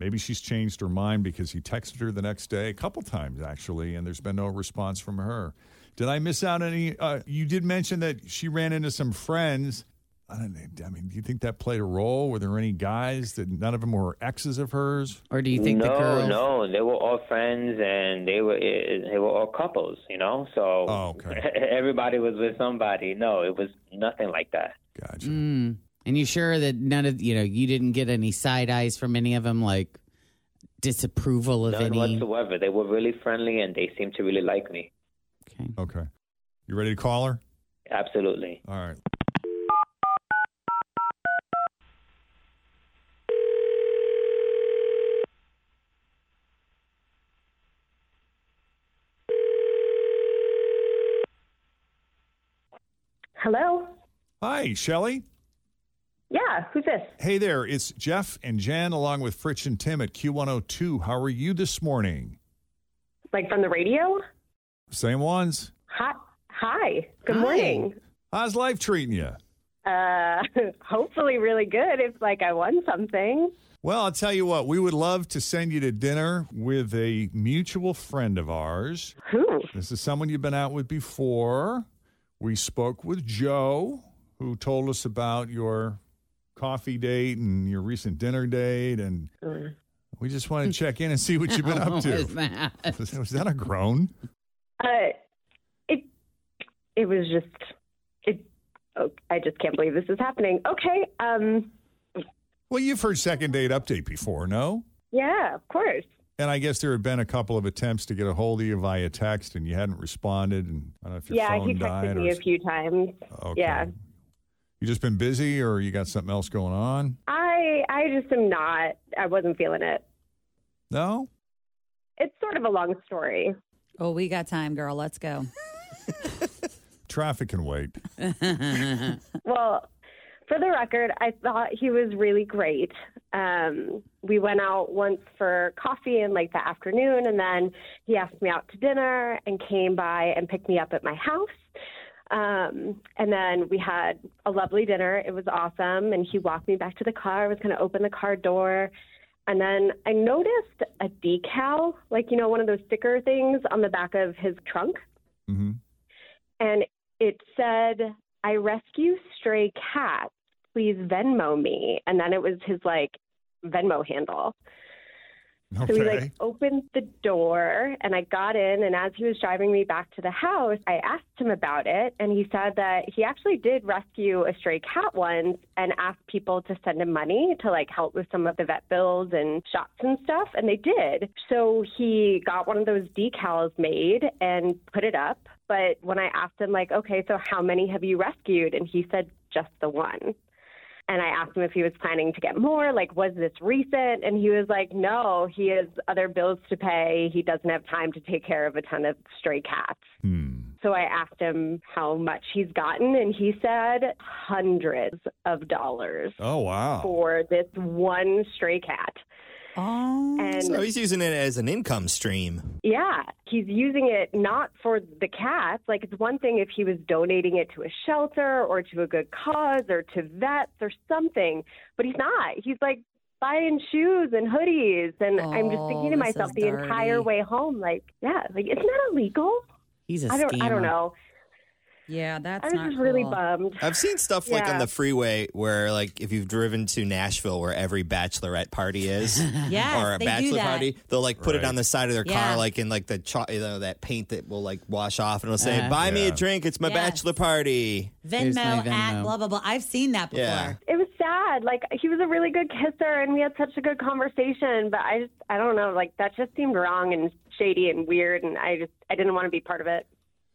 Speaker 4: maybe she's changed her mind because he texted her the next day a couple times actually, and there's been no response from her. Did I miss out any? Uh, you did mention that she ran into some friends. I don't. know. I mean, do you think that played a role? Were there any guys that none of them were exes of hers,
Speaker 2: or do
Speaker 14: no, No, they were all friends, and they were eh, they were all couples, you know. So Oh,
Speaker 4: Oh,
Speaker 14: everybody was with somebody. No, it was nothing like that.
Speaker 2: Mm. And you sure that none of you know you didn't get any side eyes from any of them, like disapproval of
Speaker 14: None
Speaker 2: any.
Speaker 14: whatsoever. They were really friendly and they seemed to really like me.
Speaker 4: Okay. You ready to call her?
Speaker 14: Absolutely.
Speaker 4: All right.
Speaker 13: Hello?
Speaker 4: Hi, Shelly.
Speaker 13: Yeah, who's this?
Speaker 4: Hey there, it's Jeff and Jan along with Fritch and Tim at Q102. How are you this morning?
Speaker 13: Like from the radio?
Speaker 4: Same ones.
Speaker 13: Hi. Hi. Good
Speaker 4: Hi.
Speaker 13: morning.
Speaker 4: How's life treating you?
Speaker 13: Uh, hopefully really good if like I won something.
Speaker 4: Well, I'll tell you what, we would love to send you to dinner with a mutual friend of ours.
Speaker 13: Who?
Speaker 4: This is someone you've been out with before. We spoke with Joe, who told us about your coffee date and your recent dinner date. And we just want to check in and see what you've been
Speaker 2: Oh,
Speaker 4: up to. Was, was that a groan?
Speaker 13: Uh, it it was just it. Oh, I just can't believe this is happening. Okay. Um.
Speaker 4: Well, you've heard second date update before, no?
Speaker 13: Yeah. Of course.
Speaker 4: And I guess there had been a couple of attempts to get a hold of you via text, and you hadn't responded. And I don't know if your
Speaker 13: Yeah.
Speaker 4: phone
Speaker 13: He texted
Speaker 4: died
Speaker 13: me
Speaker 4: or
Speaker 13: a few times.
Speaker 4: Okay.
Speaker 13: Yeah.
Speaker 4: You just been busy or you got something else going on?
Speaker 13: I I just am not. I wasn't feeling it.
Speaker 4: No?
Speaker 13: It's sort of a long story.
Speaker 3: Oh, we got time, girl. Let's go.
Speaker 4: Traffic can wait.
Speaker 13: Well, for the record, I thought he was really great. Um, we went out once for coffee in like the afternoon, and then he asked me out to dinner and came by and picked me up at my house. Um, and then we had a lovely dinner. It was awesome. And he walked me back to the car, was going to open the car door. And then I noticed a decal, like, you know, one of those sticker things on the back of his trunk
Speaker 4: Mm-hmm.
Speaker 13: and it said, I rescue stray cats. Please Venmo me. And then it was his like Venmo handle. So he like
Speaker 4: Okay.
Speaker 13: opened the door and I got in and as he was driving me back to the house, I asked him about it and he said that he actually did rescue a stray cat once and asked people to send him money to like help with some of the vet bills and shots and stuff and they did. So he got one of those decals made and put it up, but when I asked him like, "Okay, so how many have you rescued?" and he said just the one. And I asked him if he was planning to get more, like, was this recent? And he was like, no, he has other bills to pay. He doesn't have time to take care of a ton of stray cats.
Speaker 4: Hmm.
Speaker 13: So I asked him how much he's gotten, and he said hundreds of dollars
Speaker 4: Oh, wow.
Speaker 13: for this one stray cat.
Speaker 3: Oh.
Speaker 13: And
Speaker 8: So he's using it as an income stream.
Speaker 13: yeah, he's using it not for the cats. Like, it's one thing if he was donating it to a shelter or to a good cause or to vets or something, but he's not. He's like buying shoes and hoodies. And I'm just
Speaker 8: Oh,
Speaker 13: thinking to
Speaker 3: this is
Speaker 13: myself the entire
Speaker 3: dirty.
Speaker 13: way home, like, yeah, like, isn't that illegal?
Speaker 2: He's a
Speaker 13: I don't, I
Speaker 8: scammer.
Speaker 13: don't know.
Speaker 3: Yeah, that's
Speaker 13: I was
Speaker 3: not
Speaker 13: just really
Speaker 3: cool.
Speaker 13: bummed.
Speaker 8: I've seen stuff like on
Speaker 13: Yeah.
Speaker 8: the freeway where, like, if you've driven to Nashville, where every bachelorette party is,
Speaker 3: Yes,
Speaker 8: or a
Speaker 3: they do
Speaker 8: bachelor
Speaker 3: that.
Speaker 8: party, they'll like put it
Speaker 4: Right.
Speaker 8: on the side of their
Speaker 3: Yeah.
Speaker 8: car, like in like the cho- you know, that paint that will like wash off, and it'll say,
Speaker 3: Uh-huh.
Speaker 8: "Buy me a
Speaker 3: Yeah.
Speaker 8: drink. It's my
Speaker 3: Yes.
Speaker 8: bachelor party."
Speaker 3: Venmo, at blah blah blah. I've seen that before.
Speaker 8: Yeah.
Speaker 13: It was sad. Like he was a really good kisser, and we had such a good conversation. But I just, I don't know. Like that just seemed wrong and shady and weird, and I just, I didn't want to be part of it.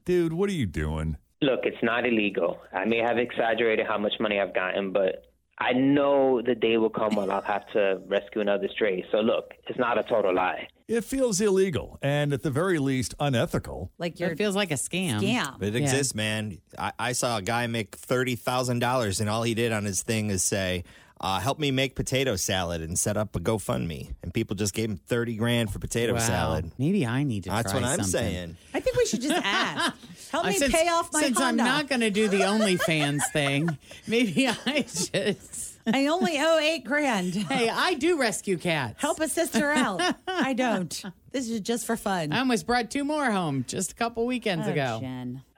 Speaker 4: Dude, what are you doing?
Speaker 14: Look, it's not illegal. I may have exaggerated how much money I've gotten, but I know the day will come when I'll have to rescue another stray. So look, it's not a total lie.
Speaker 4: It feels illegal and at the very least unethical.
Speaker 3: Like
Speaker 2: your it feels like a scam.
Speaker 8: But it exists, man. I, I saw a guy make thirty thousand dollars, and all he did on his thing is say, uh, "Help me make potato salad and set up a GoFundMe," and people just gave him thirty grand for potato
Speaker 2: Wow.
Speaker 8: salad.
Speaker 2: Maybe I need to.
Speaker 8: That's
Speaker 2: try
Speaker 8: what I'm
Speaker 2: something.
Speaker 8: saying.
Speaker 3: I think we should just ask. Help
Speaker 2: Uh,
Speaker 3: me
Speaker 2: since-
Speaker 3: pay off my
Speaker 2: Since I'm
Speaker 3: Honda.
Speaker 2: not going to do the OnlyFans thing, maybe I just.
Speaker 3: I only owe eight grand.
Speaker 2: Hey, I do rescue cats.
Speaker 3: Help a sister out. I don't. This is just for fun.
Speaker 2: I almost brought two more home just a couple weekends ago.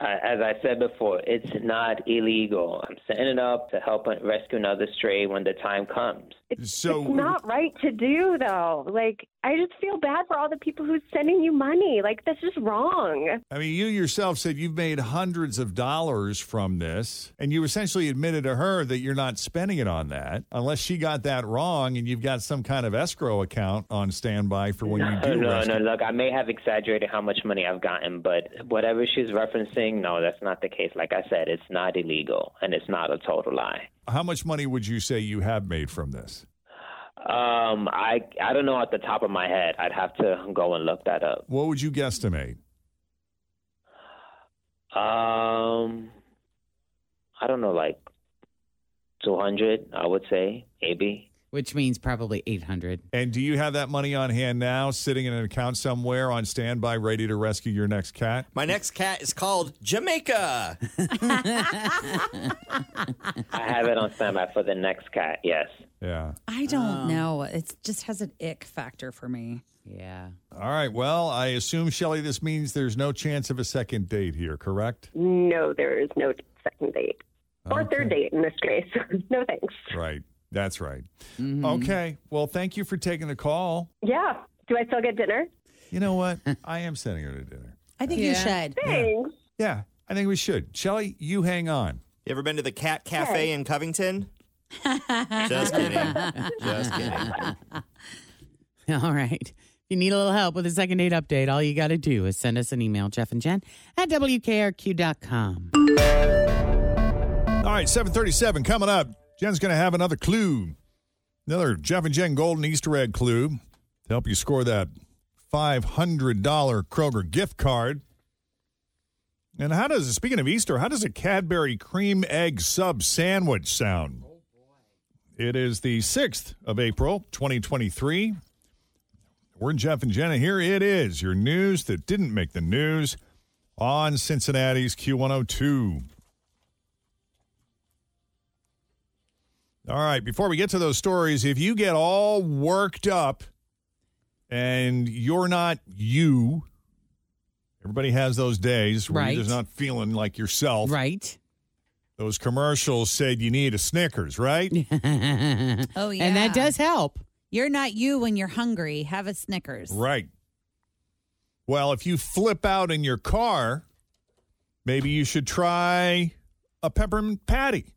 Speaker 14: I- As I said before, it's not illegal. I'm setting it up to help rescue another stray when the time comes.
Speaker 4: So
Speaker 13: it's not right to do though. Like I just feel bad for all the people who's sending you money. Like that's just wrong.
Speaker 4: I mean, you yourself said you've made hundreds of dollars from this, and you essentially admitted to her that you're not spending it on that unless she got that wrong and you've got some kind of escrow account on standby for when you
Speaker 14: No,
Speaker 4: do
Speaker 14: no,
Speaker 4: rescue.
Speaker 14: no. Look, I may have exaggerated how much money I've gotten, but whatever she's referencing, no, that's not the case. Like I said, it's not illegal and it's not a total lie.
Speaker 4: How much money would you say you have made from this?
Speaker 14: Um, I I don't know at the top of my head. I'd have to go and look that up.
Speaker 4: What would you guesstimate?
Speaker 14: Um, I don't know, like two hundred, I would say maybe.
Speaker 2: Which means probably 800.
Speaker 4: And do you have that money on hand now, sitting in an account somewhere on standby, ready to rescue your next cat?
Speaker 8: My next cat is called Jamaica.
Speaker 14: I have it on standby for the next cat. Yes.
Speaker 4: Yeah.
Speaker 3: I
Speaker 2: Um,
Speaker 3: don't know. It just has an ick factor for me.
Speaker 2: Yeah.
Speaker 4: All right. Well, I assume, Shelly, this means there's no chance of a second date here, correct?
Speaker 13: No, there is no second date or third date in this case. no thanks.
Speaker 4: Right. That's right. Okay. Well, thank you for taking the call.
Speaker 13: Mm-hmm. Yeah. Do I still get dinner?
Speaker 4: You know what? I am sending her to dinner.
Speaker 3: I think you should.
Speaker 13: Thanks.
Speaker 4: Yeah, I think we should. Shelly, you hang on.
Speaker 8: You ever been to the Cat Cafe in Covington? Just kidding. Just kidding.
Speaker 2: All right. If you need a little help with a second date update, all you got to do is send us an email, Jeff and Jen at WKRQ.com.
Speaker 4: All right, 737 coming up. Jen's going to have another clue, another Jeff and Jen Golden Easter egg clue to help you score that $500 Kroger gift card. And how does, speaking of Easter, how does a Cadbury cream egg sub sandwich sound? It is the 6th of April, 2023. We're Jeff and Jenna. Here it is your news that didn't make the news on Cincinnati's Q102. All right, before we get to those stories, if you get all worked up and you're not you, everybody has those days where
Speaker 2: Right.
Speaker 4: you're just not feeling like yourself.
Speaker 2: Right.
Speaker 4: Those commercials said you need a Snickers, right?
Speaker 3: Oh, yeah.
Speaker 2: And that does help.
Speaker 3: You're not you when you're hungry. Have a Snickers.
Speaker 4: Right. Well, if you flip out in your car, maybe you should try a peppermint patty.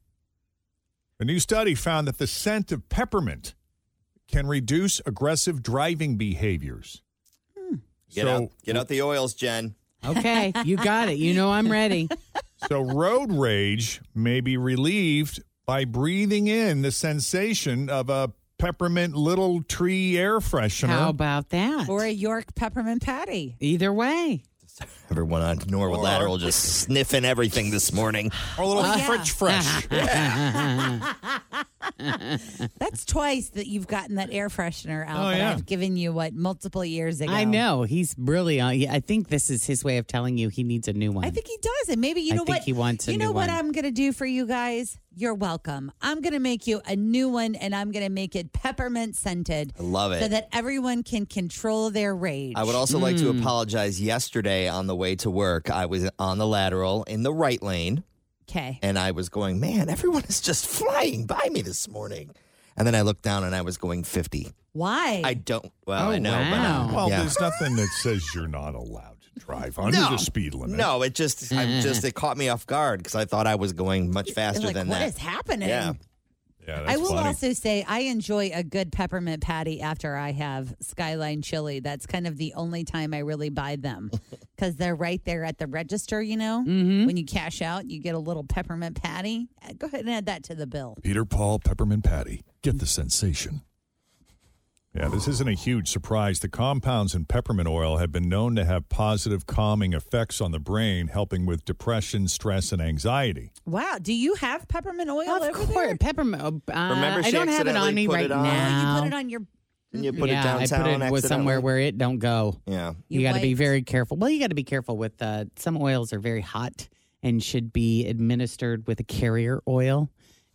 Speaker 4: A new study found that the scent of peppermint can reduce aggressive driving behaviors.
Speaker 2: Hmm.
Speaker 8: Get out, get out the oils, Jen.
Speaker 2: Okay. you got it. You know I'm ready.
Speaker 4: So, road rage may be relieved by breathing in the sensation of a peppermint little tree air freshener.
Speaker 2: How about that?
Speaker 3: Or a York peppermint patty.
Speaker 2: Either way.
Speaker 8: Everyone on Norwood Lateral just sniffing everything this morning.
Speaker 4: Or a little French fresh.
Speaker 3: That's twice that you've gotten that air freshener out
Speaker 2: Oh,
Speaker 3: that
Speaker 2: yeah.
Speaker 3: I've given you, what, multiple years ago.
Speaker 2: I know. He's really on. I think this is his way of telling you he needs a new one.
Speaker 3: I think he does. And maybe you
Speaker 2: I
Speaker 3: know
Speaker 2: think
Speaker 3: what?
Speaker 2: he wants a
Speaker 3: you
Speaker 2: new
Speaker 3: know what
Speaker 2: one.
Speaker 3: I'm going to do for you guys? You're welcome. I'm going to make you a new one and I'm going to make it peppermint scented.
Speaker 8: I love it.
Speaker 3: So that everyone can control their rage.
Speaker 8: I would also like
Speaker 2: Hmm.
Speaker 8: to apologize. Yesterday on the way to work, I was on the lateral in the right lane
Speaker 3: Okay.
Speaker 8: and I was going, man, everyone is just flying by me this morning. And then I looked down and I was going 50.
Speaker 3: Why?
Speaker 8: I don't, well,
Speaker 4: Oh,
Speaker 8: I know, but uh,
Speaker 4: Well,
Speaker 8: yeah.
Speaker 4: there's nothing that says you're not allowed to drive under
Speaker 8: No.
Speaker 4: the speed limit.
Speaker 8: No, it just,
Speaker 2: Mm-hmm.
Speaker 8: I just, it caught me off guard because I thought I was going much faster
Speaker 3: like,
Speaker 8: than
Speaker 3: what
Speaker 8: that.
Speaker 3: is happening?
Speaker 8: Yeah.
Speaker 4: Yeah,
Speaker 3: I will also say I enjoy a good peppermint patty after I have Skyline Chili. That's kind of the only time I really buy them because they're right there at the register, you know?
Speaker 2: Mm-hmm.
Speaker 3: When you cash out, you get a little peppermint patty. Uh, Go ahead and add that to the bill.
Speaker 4: Peter Paul Peppermint Patty. Get the sensation. Yeah, this isn't a huge surprise. The compounds in peppermint oil have been known to have positive calming effects on the brain, helping with depression, stress, and anxiety.
Speaker 3: Wow. Do you have peppermint oil
Speaker 2: Of
Speaker 3: over
Speaker 2: course,
Speaker 3: there? Oh,
Speaker 2: peppermint. Uh,
Speaker 8: Remember
Speaker 2: I
Speaker 8: she
Speaker 2: don't have it on
Speaker 8: accidentally
Speaker 2: me
Speaker 8: put
Speaker 2: right
Speaker 8: it on?
Speaker 2: now.
Speaker 3: You put it on your.
Speaker 8: And you put
Speaker 2: yeah,
Speaker 8: it downtown
Speaker 2: I put it with
Speaker 8: accidentally.
Speaker 2: somewhere where it don't go.
Speaker 8: Yeah.
Speaker 2: You,
Speaker 3: You
Speaker 2: got to be
Speaker 3: wiped.
Speaker 2: very careful. Well, you got to be careful with uh, some oils are very hot and should be administered with a carrier oil,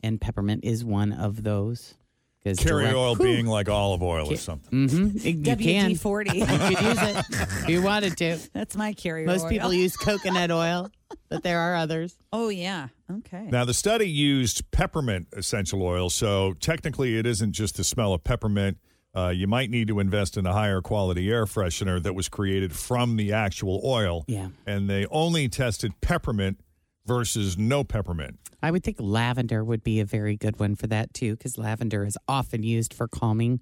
Speaker 2: and peppermint is one of those.
Speaker 4: Carrier
Speaker 2: direct-
Speaker 4: oil
Speaker 2: Whew.
Speaker 4: being like olive oil or something.
Speaker 2: Mm-hmm. You can.
Speaker 3: WD forty.
Speaker 2: You could use it if you wanted to.
Speaker 3: That's my carrier.
Speaker 2: Most
Speaker 3: oil.
Speaker 2: people use coconut oil, but there are others.
Speaker 3: Oh yeah. Okay.
Speaker 4: Now, the study used peppermint essential oil, so technically it isn't just the smell of peppermint. Uh, you might need to invest in a higher quality air freshener that was created from the actual oil.
Speaker 2: Yeah.
Speaker 4: And they only tested peppermint versus no peppermint.
Speaker 2: I would think lavender would be a very good one for that too, because lavender is often used for calming.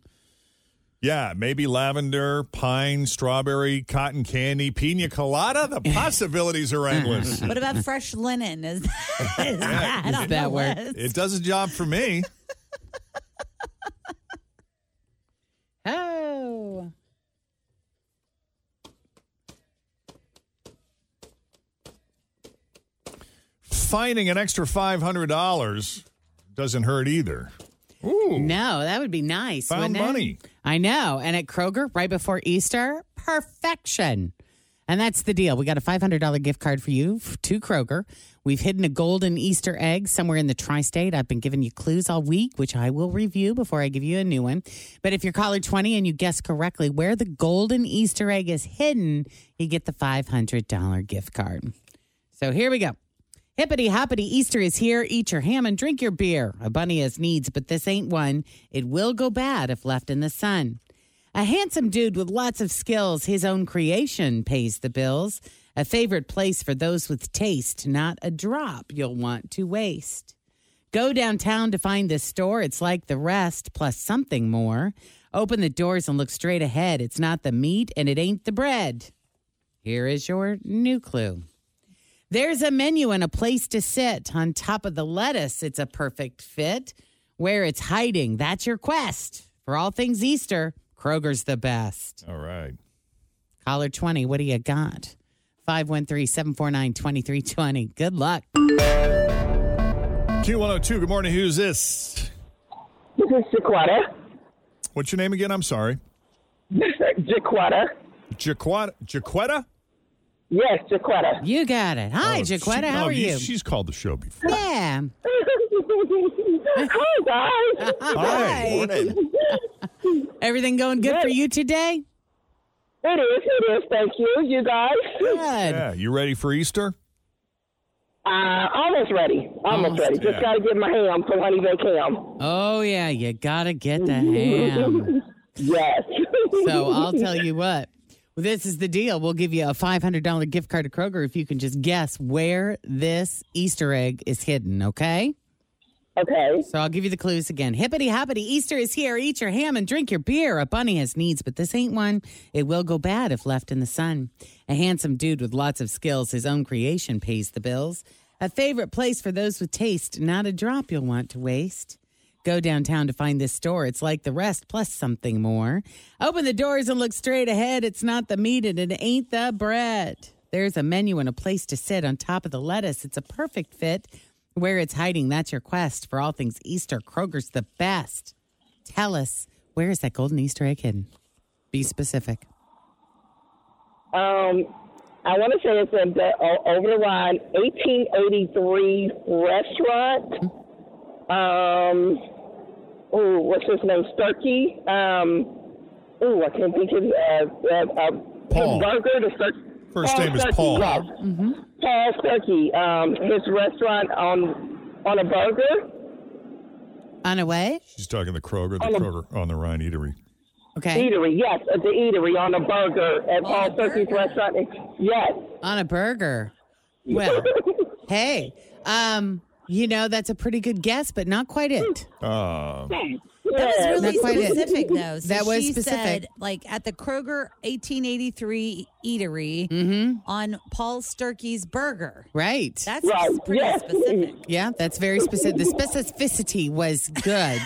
Speaker 4: Yeah, maybe lavender, pine, strawberry, cotton candy, pina colada. The possibilities are endless.
Speaker 3: What about fresh linen? Is that, is that, on the list?
Speaker 4: It does a job for me.
Speaker 2: Oh.
Speaker 4: Finding an extra five hundred dollars doesn't hurt either.
Speaker 2: No, that would be nice.
Speaker 4: Oh. Found
Speaker 2: wouldn't it?
Speaker 4: money.
Speaker 2: I know. And at Kroger, right before Easter, perfection. And that's the deal. We got a $500 gift card for you f- to Kroger. We've hidden a golden Easter egg somewhere in the tri state. I've been giving you clues all week, which I will review before I give you a new one. But if you're caller 20 and you guess correctly where the golden Easter egg is hidden, you get the $500 gift card. So here we go. Hippity hoppity, Easter is here. Eat your ham and drink your beer. A bunny has needs, but this ain't one. It will go bad if left in the sun. A handsome dude with lots of skills, his own creation pays the bills. A favorite place for those with taste, not a drop you'll want to waste. Go downtown to find this store. It's like the rest, plus something more. Open the doors and look straight ahead. It's not the meat and it ain't the bread. Here is your new clue. There's a menu and a place to sit. On top of the lettuce, it's a perfect fit. Where it's hiding, that's your quest. For all things Easter, Kroger's the best.
Speaker 4: All right.
Speaker 2: Collar 20, what do you got? 513 749 2320. Good luck.
Speaker 4: Q one hundred two. Good morning. Who's this?
Speaker 15: This is Jaquetta.
Speaker 4: What's your name again? I'm sorry.
Speaker 15: Jaquetta.
Speaker 4: Jaquetta. Jaquetta.
Speaker 15: Yes, Jaquetta.
Speaker 2: You got it. Hi,
Speaker 4: Oh, she-
Speaker 2: Jaquetta. How
Speaker 4: no,
Speaker 2: are
Speaker 4: you-
Speaker 2: you?
Speaker 4: She's called the show before.
Speaker 2: Yeah.
Speaker 15: Hi, guys.
Speaker 2: Everything going good for you today?
Speaker 15: It is. It is. Thank you. You guys.
Speaker 2: Good.
Speaker 4: Yeah. You ready for Easter?
Speaker 15: Uh, almost ready. Almost ready. Just
Speaker 4: yeah.
Speaker 15: got to get my ham from Honey Bake Ham.
Speaker 2: Oh, yeah. You got to get the ham.
Speaker 15: Yes.
Speaker 2: So I'll tell you what. This is the deal. We'll give you a $500 gift card to Kroger if you can just guess where this Easter egg is hidden, okay?
Speaker 15: Okay.
Speaker 2: So I'll give you the clues again. Hippity hoppity, Easter is here. Eat your ham and drink your beer. A bunny has needs, but this ain't one. It will go bad if left in the sun. A handsome dude with lots of skills, his own creation pays the bills. A favorite place for those with taste, not a drop you'll want to waste. Go downtown to find this store. It's like the rest, plus something more. Open the doors and look straight ahead. It's not the meat and it ain't the bread. There's a menu and a place to sit on top of the lettuce. It's a perfect fit. Where it's hiding, that's your quest. For all things Easter, Kroger's the best. Tell us, where is that golden Easter egg hidden? Be specific.
Speaker 15: Um, I want to say it's in the o- over the line 1883 restaurant. Um, oh, what's his name? Sturkey. Um, oh, I can't think of uh, uh, uh,
Speaker 4: Paul.
Speaker 15: his burger. The Stur-
Speaker 4: First
Speaker 15: Paul
Speaker 4: name is
Speaker 15: Sturkey,
Speaker 4: Paul.
Speaker 15: yes. Paul Sturkey. Um, his restaurant on on a burger.
Speaker 2: On a way?
Speaker 4: She's talking the Kroger,
Speaker 15: On
Speaker 4: the
Speaker 15: the-
Speaker 4: Kroger on the Rhine Eatery.
Speaker 2: Okay.
Speaker 15: Eatery, yes, at the eatery on a burger at Paul Sturkey's restaurant. Yes.
Speaker 2: On a burger. Well, hey, um, you know, that's a pretty good guess, but not quite it.
Speaker 4: Oh.
Speaker 3: That was really
Speaker 2: Not quite it.
Speaker 3: specific, though. So
Speaker 2: That was
Speaker 3: she
Speaker 2: specific.
Speaker 3: Said, like at the Kroger 1883 eatery on Paul Sturkey's burger.
Speaker 2: Right.
Speaker 3: That's pretty specific.
Speaker 2: Yeah, that's very specific. The specificity was good.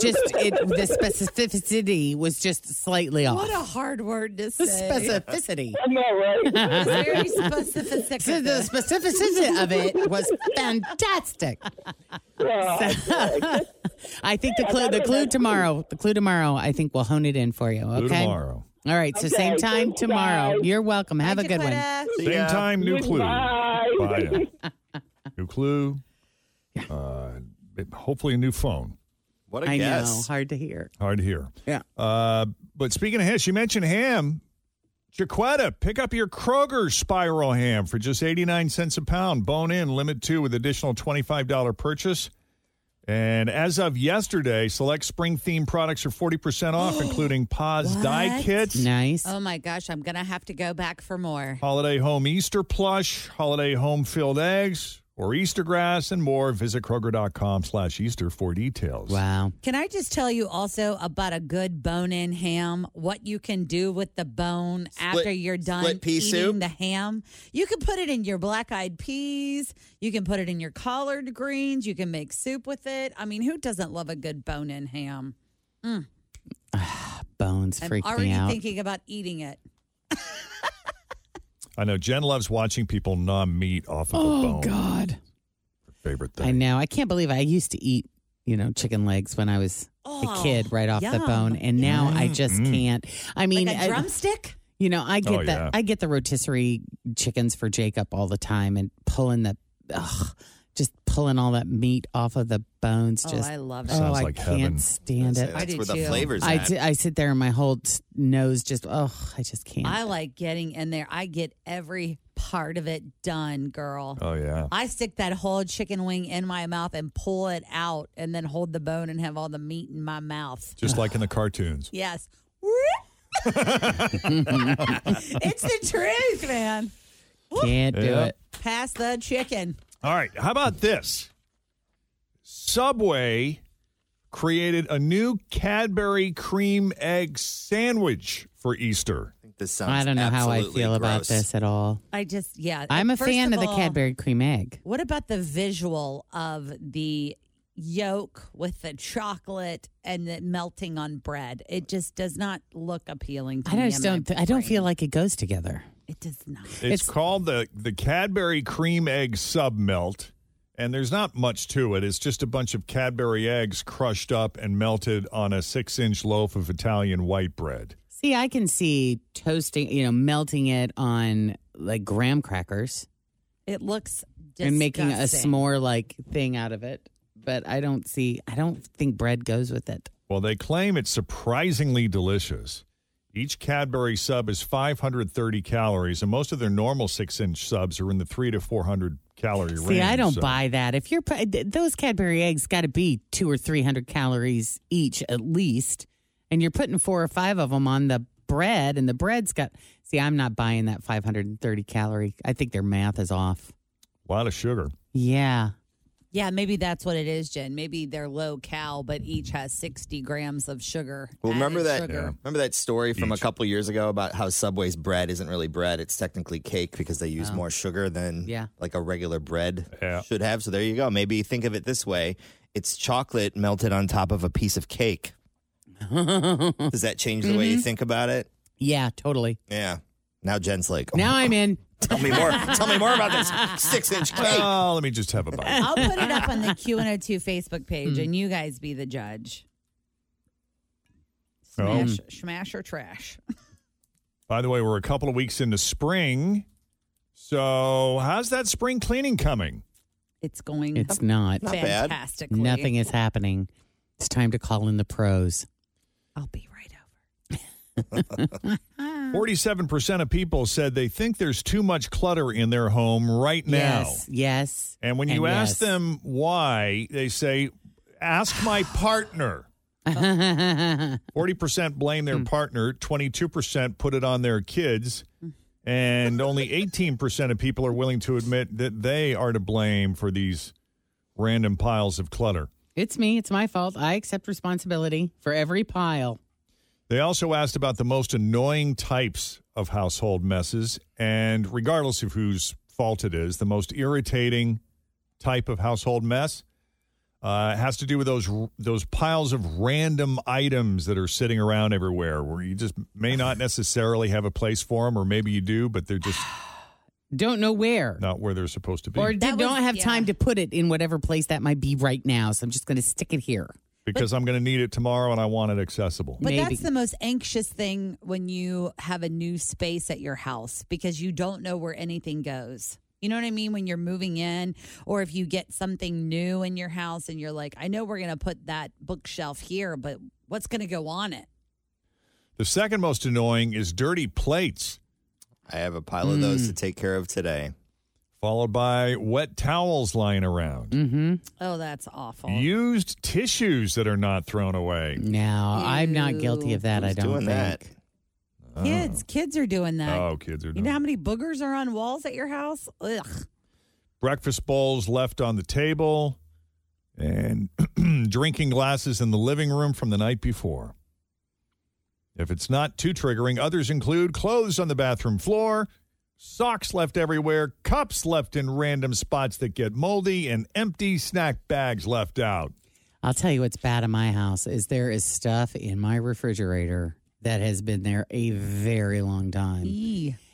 Speaker 2: just it, the specificity was just slightly off.
Speaker 3: What a hard word to say.
Speaker 2: Specificity.
Speaker 15: I'm not right.
Speaker 3: Very specific.
Speaker 2: So the specificity of it was fantastic. I think the clue the clue tomorrow the clue tomorrow I think we'll hone it in for you.
Speaker 4: Clue
Speaker 2: Okay.
Speaker 4: tomorrow.
Speaker 2: All right. So same
Speaker 15: Okay,
Speaker 2: time
Speaker 15: thanks,
Speaker 2: tomorrow.
Speaker 15: guys.
Speaker 2: You're welcome. Have a good one.
Speaker 4: Same time, new clue.
Speaker 15: Bye.
Speaker 4: Bye. new clue. Uh, hopefully, a new phone.
Speaker 8: What a
Speaker 2: I
Speaker 8: guess.
Speaker 2: know, hard to hear.
Speaker 4: Hard to hear.
Speaker 2: Yeah.
Speaker 4: Uh, but speaking of ham, she mentioned ham. Chiquetta, pick up your Kroger spiral ham for just 89 cents a pound. Bone in, limit two with additional $25 purchase. And as of yesterday, select spring theme products are 40% off, including Pa's die
Speaker 3: What?
Speaker 4: kits.
Speaker 3: Oh my gosh, I'm gonna have to go back for more.
Speaker 4: Holiday home Easter plush, holiday home filled eggs, or Easter grass and more. Visit Kroger.com slash Easter for details.
Speaker 2: Wow.
Speaker 3: Can I just tell you also about a good bone-in ham? What you can do with the bone after you're done
Speaker 8: split pea
Speaker 3: eating
Speaker 8: soup?
Speaker 3: the ham? You can put it in your black-eyed peas. You can put it in your collard greens. You can make soup with it. I mean, who doesn't love a good bone-in ham? Mm,
Speaker 2: Bones
Speaker 3: I'm
Speaker 2: freak
Speaker 3: already
Speaker 2: me out.
Speaker 3: thinking about eating it.
Speaker 4: I know Jen loves watching people numb meat off of a
Speaker 2: Oh,
Speaker 4: bone.
Speaker 2: God.
Speaker 4: Her favorite thing.
Speaker 2: I know. I can't believe I used to eat, you know, chicken legs when I was
Speaker 3: Oh,
Speaker 2: a kid right off the
Speaker 3: yum.
Speaker 2: bone. And now I just
Speaker 3: Mm.
Speaker 2: can't. I mean,
Speaker 3: like a
Speaker 2: I-
Speaker 3: drumstick.
Speaker 2: you know, I get
Speaker 3: Oh,
Speaker 2: the
Speaker 3: yeah.
Speaker 2: I get the rotisserie chickens for Jacob all the time and pulling the ugh, just pulling all that meat off of the bones
Speaker 3: Oh,
Speaker 2: just
Speaker 3: I love it.
Speaker 2: Oh,
Speaker 3: Sounds
Speaker 2: I
Speaker 3: like
Speaker 2: can't
Speaker 3: heaven.
Speaker 2: stand it.
Speaker 3: That's- I do that's where the too. flavor's
Speaker 2: I,
Speaker 3: at.
Speaker 2: d- I sit there and my whole s- nose just oh, I just can't.
Speaker 3: I like getting in there. I get every part of it done, girl.
Speaker 4: Oh yeah.
Speaker 3: I stick that whole chicken wing in my mouth and pull it out and then hold the bone and have all the meat in my mouth.
Speaker 4: Just like in the cartoons.
Speaker 3: Yes. it's the truth, man.
Speaker 2: Can't
Speaker 4: do Yeah. it.
Speaker 3: Pass the chicken.
Speaker 4: All right. How about this? Subway created a new Cadbury cream egg sandwich for Easter.
Speaker 8: This
Speaker 2: I don't know how I feel about this at all.
Speaker 3: I just, yeah.
Speaker 2: I'm a
Speaker 3: Uh, First
Speaker 2: fan of the
Speaker 3: all,
Speaker 2: Cadbury cream egg.
Speaker 3: What about the visual of the yolk with the chocolate and it melting on bread? It just does not look appealing to
Speaker 2: I
Speaker 3: me.
Speaker 2: just
Speaker 3: in my
Speaker 2: don't. I don't feel like it goes together.
Speaker 3: It does not.
Speaker 4: It's, called the the Cadbury cream egg sub melt, and there's not much to it. It's just a bunch of Cadbury eggs crushed up and melted on a six inch loaf of Italian white bread.
Speaker 2: See, I can see toasting, you know, melting it on like graham crackers
Speaker 3: It looks
Speaker 2: and making a
Speaker 3: disgusting.
Speaker 2: s'more like thing out of it. But I don't see, I don't think bread goes with it.
Speaker 4: Well, they claim it's surprisingly delicious. Each Cadbury sub is 530 calories, and most of their normal six inch subs are in the three to 400 calorie range.
Speaker 2: See, I don't
Speaker 4: so-
Speaker 2: buy that. If you're pu- th- those Cadbury eggs, got to be two or three hundred calories each at least, and you're putting four or five of them on the bread, and the bread's got. See, I'm not buying that 530 calorie. I think their math is off.
Speaker 4: A lot of sugar.
Speaker 2: Yeah.
Speaker 3: Yeah, maybe that's what it is, Jen. Maybe they're low cal, but each has 60 grams of sugar.
Speaker 8: Well, remember
Speaker 3: added
Speaker 8: that?
Speaker 3: Sugar.
Speaker 8: Remember that story from a couple years ago about how Subway's bread isn't really bread; it's technically cake because they use more sugar than
Speaker 2: Yeah.
Speaker 8: like a regular bread should have. So there you go. Maybe think of it this way: it's chocolate melted on top of a piece of cake. Does that change the way you
Speaker 2: Mhm.
Speaker 8: think about it?
Speaker 2: Yeah, totally.
Speaker 8: Yeah. Now Jen's like,
Speaker 4: oh
Speaker 2: now I'm in.
Speaker 8: tell me more. tell me more about this six inch cake.
Speaker 4: Oh, let me just have a bite.
Speaker 3: I'll put it up on the Q102 Facebook page
Speaker 2: Hmm.
Speaker 3: and you guys be the judge.
Speaker 4: Oh.
Speaker 3: Smash, smash or trash.
Speaker 4: By the way, we're a couple of weeks into spring. So, how's that spring cleaning coming?
Speaker 3: It's going
Speaker 2: It's not.
Speaker 3: Not bad. Fantastically.
Speaker 2: Nothing is happening. It's time to call in the pros. Uh.
Speaker 4: 47% of people said they think there's too much clutter in their home right now.
Speaker 2: Yes. Yes.
Speaker 4: And when you ask them why, they say, ask my partner.
Speaker 2: them,
Speaker 4: 40% blame
Speaker 2: Hmm.
Speaker 4: their partner, 22% put it on their kids,
Speaker 2: Hmm.
Speaker 4: and only 18% of people are willing to admit that they are to blame for these random piles of clutter.
Speaker 2: it's me. It's my fault. I accept responsibility for every pile.
Speaker 4: They also asked about the most annoying types of household messes, and regardless of whose fault it is, the most irritating type of household mess uh, has to do with those those piles of random items that are sitting around everywhere, where you just may not necessarily have a place for them, or maybe you do, but they're just
Speaker 2: Don't know where.
Speaker 4: not where they're supposed to be.
Speaker 2: Or d- don't have time to put it in whatever place that might be right now. So I'm just going to stick it here.
Speaker 4: because I'm going to need it tomorrow, and I want it accessible.
Speaker 3: But that's the most anxious thing when you have a new space at your house because you don't know where anything goes. You know what I mean? When you're moving in, or if you get something new in your house and you're like, I know we're going to put that bookshelf here, but what's going to go on it?
Speaker 4: The second most annoying is dirty plates.
Speaker 8: I have a pile of
Speaker 3: Hmm.
Speaker 8: those to take care of today.
Speaker 4: Followed by wet towels lying around. Mm-hmm.
Speaker 3: Oh, that's awful.
Speaker 4: Used tissues that are not thrown away.
Speaker 2: No, I'm not guilty of that. I don't
Speaker 4: doing
Speaker 2: think.
Speaker 4: that?
Speaker 3: Kids, kids are doing that.
Speaker 4: Oh, kids are
Speaker 3: You
Speaker 4: doing
Speaker 3: know how many boogers are on walls at your house? Ugh.
Speaker 4: breakfast bowls left on the table and drinking glasses in the living room from the night before. If it's not too triggering, others include clothes on the bathroom floor, socks left everywhere, cups left in random spots that get moldy, and empty snack bags left out.
Speaker 2: I'll tell you what's bad in my house is there is stuff in my refrigerator that has been there a very long time.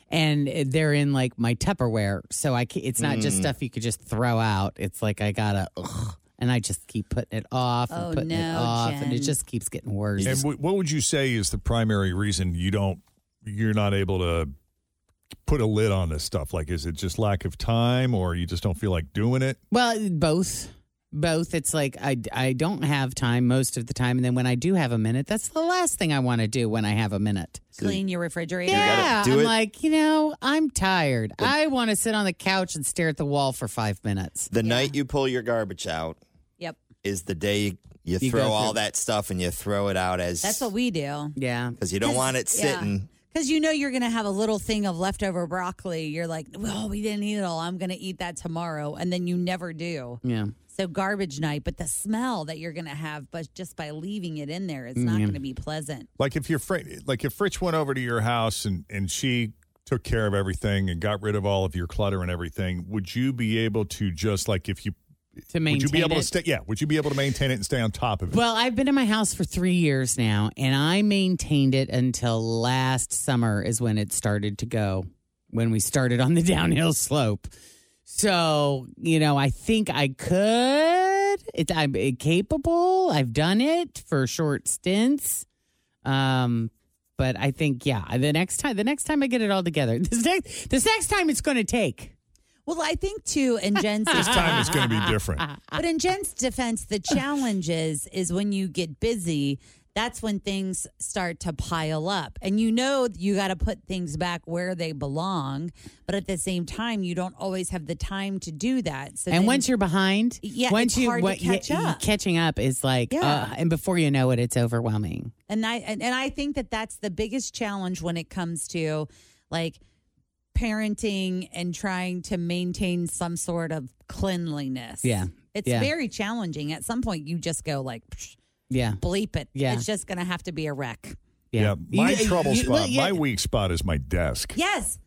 Speaker 2: And they're in like my Tupperware, so I ca- it's not just
Speaker 12: Mm.
Speaker 2: stuff you could just throw out. It's like I gotta, ugh, and I just keep putting it off and
Speaker 3: Oh,
Speaker 2: putting it
Speaker 3: no,
Speaker 2: off, and it
Speaker 3: Jen.
Speaker 2: just keeps getting worse.
Speaker 4: And w- what would you say is the primary reason you don't, you're not able to put a lid on this stuff? Like, is it just lack of time or you just don't feel like doing it?
Speaker 2: Well, both. Both. It's like I, I don't have time most of the time. And then when I do have a minute, that's the last thing I want to do when I have a minute.
Speaker 3: Clean your refrigerator.
Speaker 2: Yeah. I'm like, you know, I'm tired. I want to sit on the couch and stare at the wall for five minutes.
Speaker 8: The night you pull your garbage out
Speaker 3: Yep.
Speaker 8: is the day you, you
Speaker 2: You
Speaker 8: throw
Speaker 2: go
Speaker 8: all
Speaker 2: through.
Speaker 8: that stuff and you throw it out as
Speaker 3: That's what we do.
Speaker 2: Yeah.
Speaker 8: because you don't want it sitting.
Speaker 3: Because you know you're going to have a little thing of leftover broccoli. You're like, well, we didn't eat it all. I'm going to eat that tomorrow. And then you never do.
Speaker 2: Yeah.
Speaker 3: So garbage night, but the smell that you're going to have, but just by leaving it in there, it's not
Speaker 2: Mm.
Speaker 4: Yeah.
Speaker 3: going to be pleasant.
Speaker 4: Like if your friend, like if Fritch went over to your house and and she took care of everything and got rid of all of your clutter and everything, would you be able to just like if you
Speaker 2: To
Speaker 4: would you be
Speaker 2: maintain
Speaker 4: able
Speaker 2: it?
Speaker 4: to stay? Yeah, would you be able to maintain it and stay on top of it?
Speaker 2: Well, I've been in my house for three years now, and I maintained it until last summer, is when it started to go, when we started on the downhill slope. So, you know, I think I could. It, I'm uh, capable. I've done it for short stints. Um, but I think, yeah, the next time, the next time I get it all together, this next, this next time it's going to take.
Speaker 3: Well, I think too, in Jen's
Speaker 2: This time it's gonna be different.
Speaker 3: But in Jen's defense, the challenge is is when you get busy, that's when things start to pile up, and you know you got to put things back where they belong. But at the same time, you don't always have the time to do that. So
Speaker 2: and
Speaker 3: then-
Speaker 2: once you're behind,
Speaker 3: Yeah,
Speaker 2: once
Speaker 3: it's
Speaker 2: you
Speaker 3: hard to
Speaker 2: what- yeah,
Speaker 3: catch up.
Speaker 2: catching up is like,
Speaker 3: Yeah.
Speaker 2: uh, and before you know it, it's overwhelming.
Speaker 3: And I and, and I think that that's the biggest challenge when it comes to like parenting and trying to maintain some sort of cleanliness.
Speaker 2: Yeah.
Speaker 3: It's
Speaker 2: Yeah.
Speaker 3: very challenging. At some point you just go like "Psh,
Speaker 2: Yeah.
Speaker 3: bleep it.
Speaker 2: Yeah.
Speaker 3: It's just going to have to be a wreck.
Speaker 4: yeah, my
Speaker 2: You-
Speaker 4: trouble
Speaker 2: you-
Speaker 4: spot,
Speaker 2: well, yeah.
Speaker 4: my weak spot is my desk.
Speaker 3: Yes.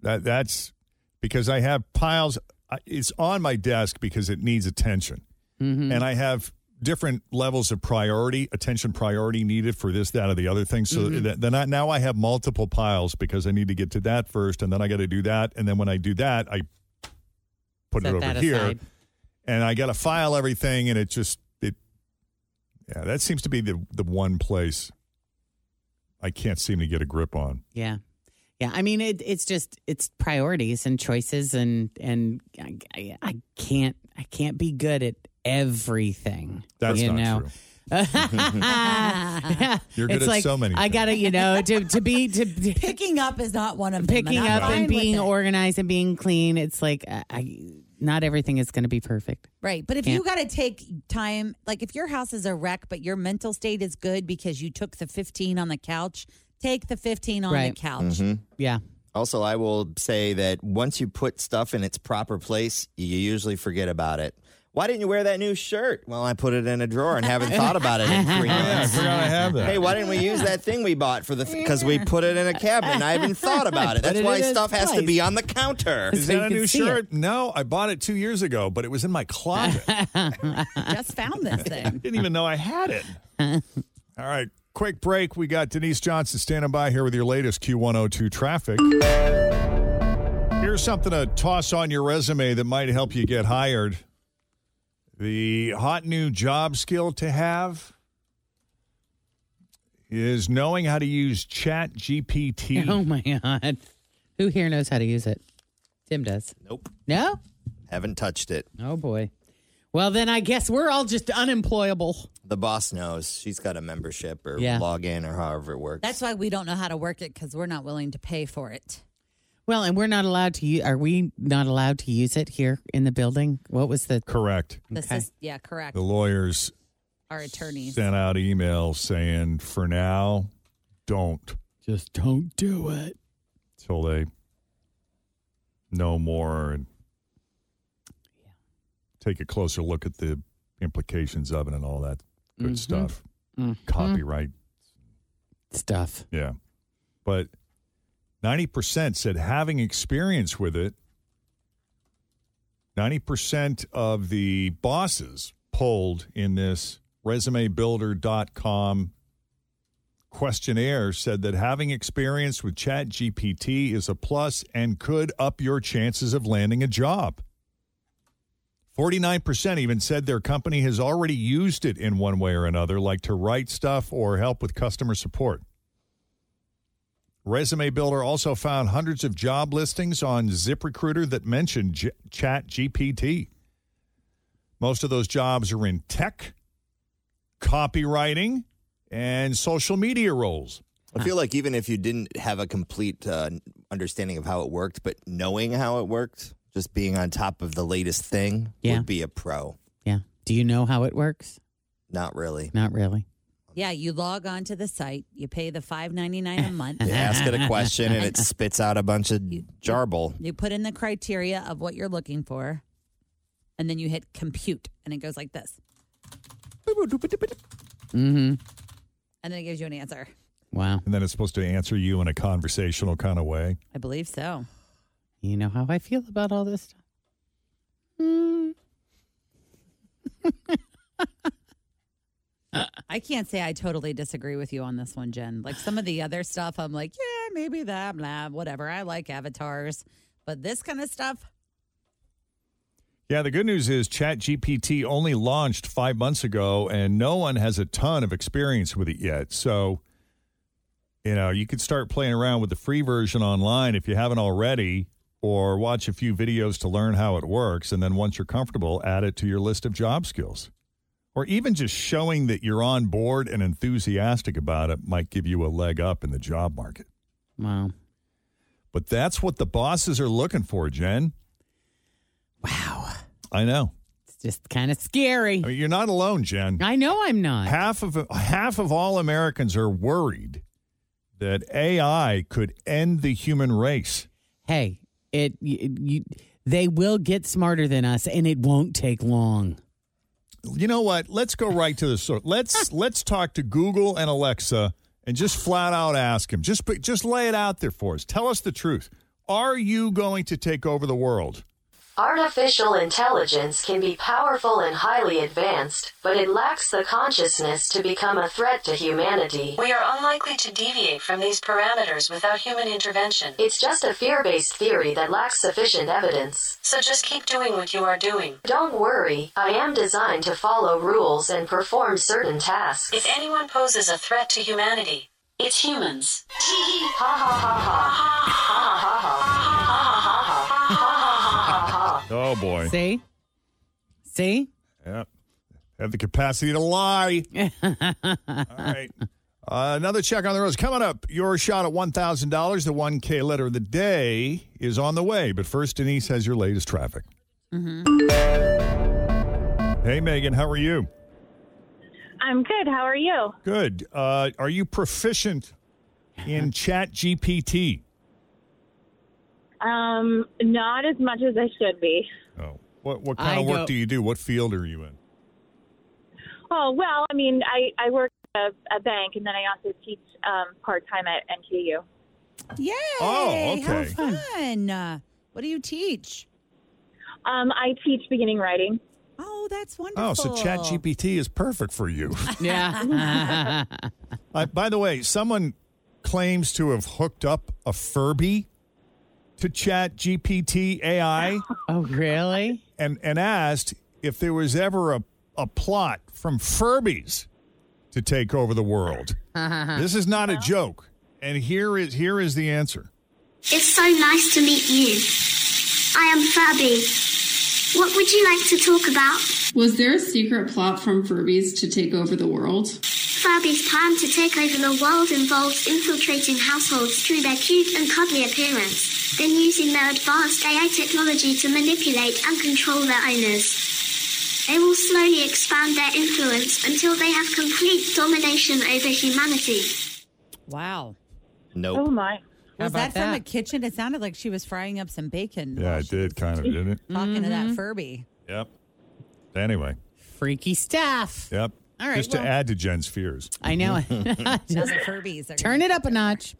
Speaker 4: That that's because I have piles. I- It's on my desk because it needs attention,
Speaker 2: Mm-hmm.
Speaker 4: and I have different levels of priority, attention priority needed for this, that, or the other thing. So
Speaker 2: Mm-hmm.
Speaker 4: that, then I, now I have multiple piles because I need to get to that first, and then I got to do that, and then when I do that, I put
Speaker 2: Set
Speaker 4: it over
Speaker 2: that
Speaker 4: here,
Speaker 2: aside.
Speaker 4: and I got to file everything, and it just it. Yeah, that seems to be the the one place I can't seem to get a grip on.
Speaker 2: Yeah. Yeah. I mean, it, it's just, it's priorities and choices and, and I, I, I can't, I can't be good at everything.
Speaker 4: That's
Speaker 2: you
Speaker 4: not
Speaker 2: know?
Speaker 4: true.
Speaker 2: You're
Speaker 4: You're good at so many
Speaker 2: I
Speaker 4: things.
Speaker 2: gotta, you know, to, to be to
Speaker 3: picking up is not one of them.
Speaker 2: picking
Speaker 3: I'm
Speaker 2: up
Speaker 3: fine
Speaker 2: and
Speaker 3: with
Speaker 2: being
Speaker 3: it.
Speaker 2: organized and being clean. It's like I, I not everything is going to be perfect.
Speaker 3: Right. But if you got to take time, like if your house is a wreck, but your mental state is good because you took the 15 on the couch, take the 15 on the couch.
Speaker 8: Mhm.
Speaker 2: Yeah.
Speaker 8: Also, I will say that once you put stuff in its proper place, you usually forget about it. Why didn't you wear that new shirt? Well, I put it in a drawer and haven't thought about it in three
Speaker 4: Oh, Yeah, I
Speaker 8: months.
Speaker 4: forgot I have that.
Speaker 8: Hey, why didn't we use that thing we bought for the? Because we put it in a cabinet. and I haven't thought about
Speaker 4: Put
Speaker 8: it. That's
Speaker 4: it
Speaker 8: why
Speaker 4: in its
Speaker 8: stuff has to
Speaker 4: place.
Speaker 8: be on the counter.
Speaker 4: Is that a new shirt? No, I bought it two years ago, but it was in my closet.
Speaker 3: Just found this
Speaker 4: I
Speaker 3: thing.
Speaker 4: didn't even know I had it. All right, quick break. We got Denise Johnson standing by here with your latest Q102 traffic. Here's something to toss on your resume that might help you get hired. The hot new job skill to have is knowing how to use Chat GPT.
Speaker 2: Oh my god, who here knows how to use it? Tim does.
Speaker 8: Nope.
Speaker 2: No?
Speaker 8: Haven't touched it.
Speaker 2: Oh, boy. Well, then I guess we're all just unemployable.
Speaker 8: The boss knows. She's got a membership or
Speaker 2: Yeah.
Speaker 8: log in or however it works.
Speaker 3: That's why we don't know how to work it because we're not willing to pay for it.
Speaker 2: Well, and we're not allowed to use, are we not allowed to use it here in the building? What was the?
Speaker 4: Correct.
Speaker 3: This is yeah, correct.
Speaker 4: The lawyers
Speaker 3: Our attorneys.
Speaker 4: sent out emails saying, for now, don't.
Speaker 2: Just don't do it.
Speaker 4: Till they know more and take a closer look at the implications of it and all that good
Speaker 2: Mhm.
Speaker 4: stuff.
Speaker 2: Mhm.
Speaker 4: Copyright
Speaker 2: stuff.
Speaker 4: Yeah. But 90% said having experience with it, 90% of the bosses polled in this resumebuilder.com questionnaire said that having experience with chat gpt is a plus and could up your chances of landing a job 49% even said their company has already used it in one way or another like to write stuff or help with customer support Resume Builder also found hundreds of job listings on ZipRecruiter that mentioned G- Chat GPT. Most of those jobs are in tech, copywriting, and social media roles.
Speaker 8: I feel like even if you didn't have a complete uh, understanding of how it worked, but knowing how it worked, just being on top of the latest thing
Speaker 2: Yeah.
Speaker 8: would be a pro.
Speaker 2: Yeah. Do you know how it works?
Speaker 8: Not really.
Speaker 2: Not really.
Speaker 3: Yeah, you log on to the site, you pay the five ninety nine a month.
Speaker 8: You ask it a question and it spits out a bunch of jarble.
Speaker 3: You put in the criteria of what you're looking for, and then you hit compute, and it goes like this,
Speaker 2: Mm-hmm.
Speaker 3: and then it gives you an answer.
Speaker 2: Wow.
Speaker 4: And then it's supposed to answer you in a conversational kind of way.
Speaker 3: I believe so.
Speaker 2: You know how I feel about all this stuff.
Speaker 3: I can't say I totally disagree with you on this one, Jen. Like some of the other stuff, I'm like, yeah, maybe that, blah, whatever. I like avatars, but this kind of stuff,
Speaker 4: Yeah, the good news is ChatGPT only launched five months ago, and no one has a ton of experience with it yet. So, you know, you could start playing around with the free version online if you haven't already, or watch a few videos to learn how it works. And then once you're comfortable, add it to your list of job skills. Or even just showing that you're on board and enthusiastic about it might give you a leg up in the job market.
Speaker 2: Wow.
Speaker 4: But that's what the bosses are looking for, Jen. Wow. I know.
Speaker 2: It's just kind of scary.
Speaker 4: I mean, you're not alone, Jen.
Speaker 2: I know I'm not.
Speaker 4: Half of half of all Americans are worried that AI could end the human race.
Speaker 2: Hey, it you, you, they will get smarter than us, and it won't take long.
Speaker 4: You know what? Let's go right to the source. Let's let's talk to Google and Alexa and just flat out ask him. Just put- just lay it out there for us. Tell us the truth. Are you going to take over the world?
Speaker 16: Artificial intelligence can be powerful and highly advanced, but it lacks the consciousness to become a threat to humanity.
Speaker 17: We are unlikely to deviate from these parameters without human intervention.
Speaker 16: It's just a fear based theory that lacks sufficient evidence.
Speaker 17: So just keep doing what you are doing.
Speaker 16: Don't worry, I am designed to follow rules and perform certain tasks.
Speaker 17: If anyone poses a threat to humanity, it's humans.
Speaker 4: Oh boy.
Speaker 2: See, see.
Speaker 4: Yeah. Have the capacity to lie. All right. Uh, another check on the roads coming up. Your shot at one thousand dollars. The one K letter of the day is on the way. But first, Denise has your latest traffic.
Speaker 18: Mm-hmm.
Speaker 4: Hey, Megan, how are you?
Speaker 18: I'm good. How are you?
Speaker 4: Good. Uh, are you proficient in Chat GPT?
Speaker 18: Um, not as much as I should be.
Speaker 4: Oh, what what kind
Speaker 18: I
Speaker 4: of work
Speaker 18: don't-
Speaker 4: do you do? What field are you in?
Speaker 18: Oh well, I mean, I I work at a, a bank, and then I also teach um, part time at NTU.
Speaker 3: yay!
Speaker 18: Oh, okay.
Speaker 3: How fun. Uh, What do you teach?
Speaker 18: Um, I teach beginning writing.
Speaker 3: Oh, that's wonderful.
Speaker 4: Oh, so Chat GPT is perfect for you.
Speaker 2: Yeah.
Speaker 4: Uh, by the way, someone claims to have hooked up a Furby to Chat GPT AI.
Speaker 2: Oh, really?
Speaker 4: And and asked if there was ever a, a plot from Furbies to take over the world. this is not a joke. And here is here is the answer.
Speaker 19: It's so nice to meet you. I am Fabby. What would you like to talk about?
Speaker 20: Was there a secret plot from Furbies to take over the world?
Speaker 19: Furby's plan to take over the world involves infiltrating households through their cute and cuddly appearance, then using their advanced AI technology to manipulate and control their owners. They will slowly expand their influence until they have complete domination over humanity.
Speaker 3: Wow.
Speaker 8: Nope.
Speaker 3: Oh my. Was
Speaker 2: about
Speaker 3: that, from
Speaker 2: that?
Speaker 3: the kitchen? It sounded like she was frying up some bacon.
Speaker 4: Yeah, it did kind of, didn't it?
Speaker 3: Talking to
Speaker 2: Mm-hmm.
Speaker 3: that Furby.
Speaker 4: Yep. Anyway.
Speaker 2: Freaky stuff.
Speaker 4: Yep.
Speaker 2: All right,
Speaker 4: Just
Speaker 2: well-
Speaker 4: to add to Jen's fears.
Speaker 2: I know it.
Speaker 3: Those Furbies. Are
Speaker 2: Turn it up a notch.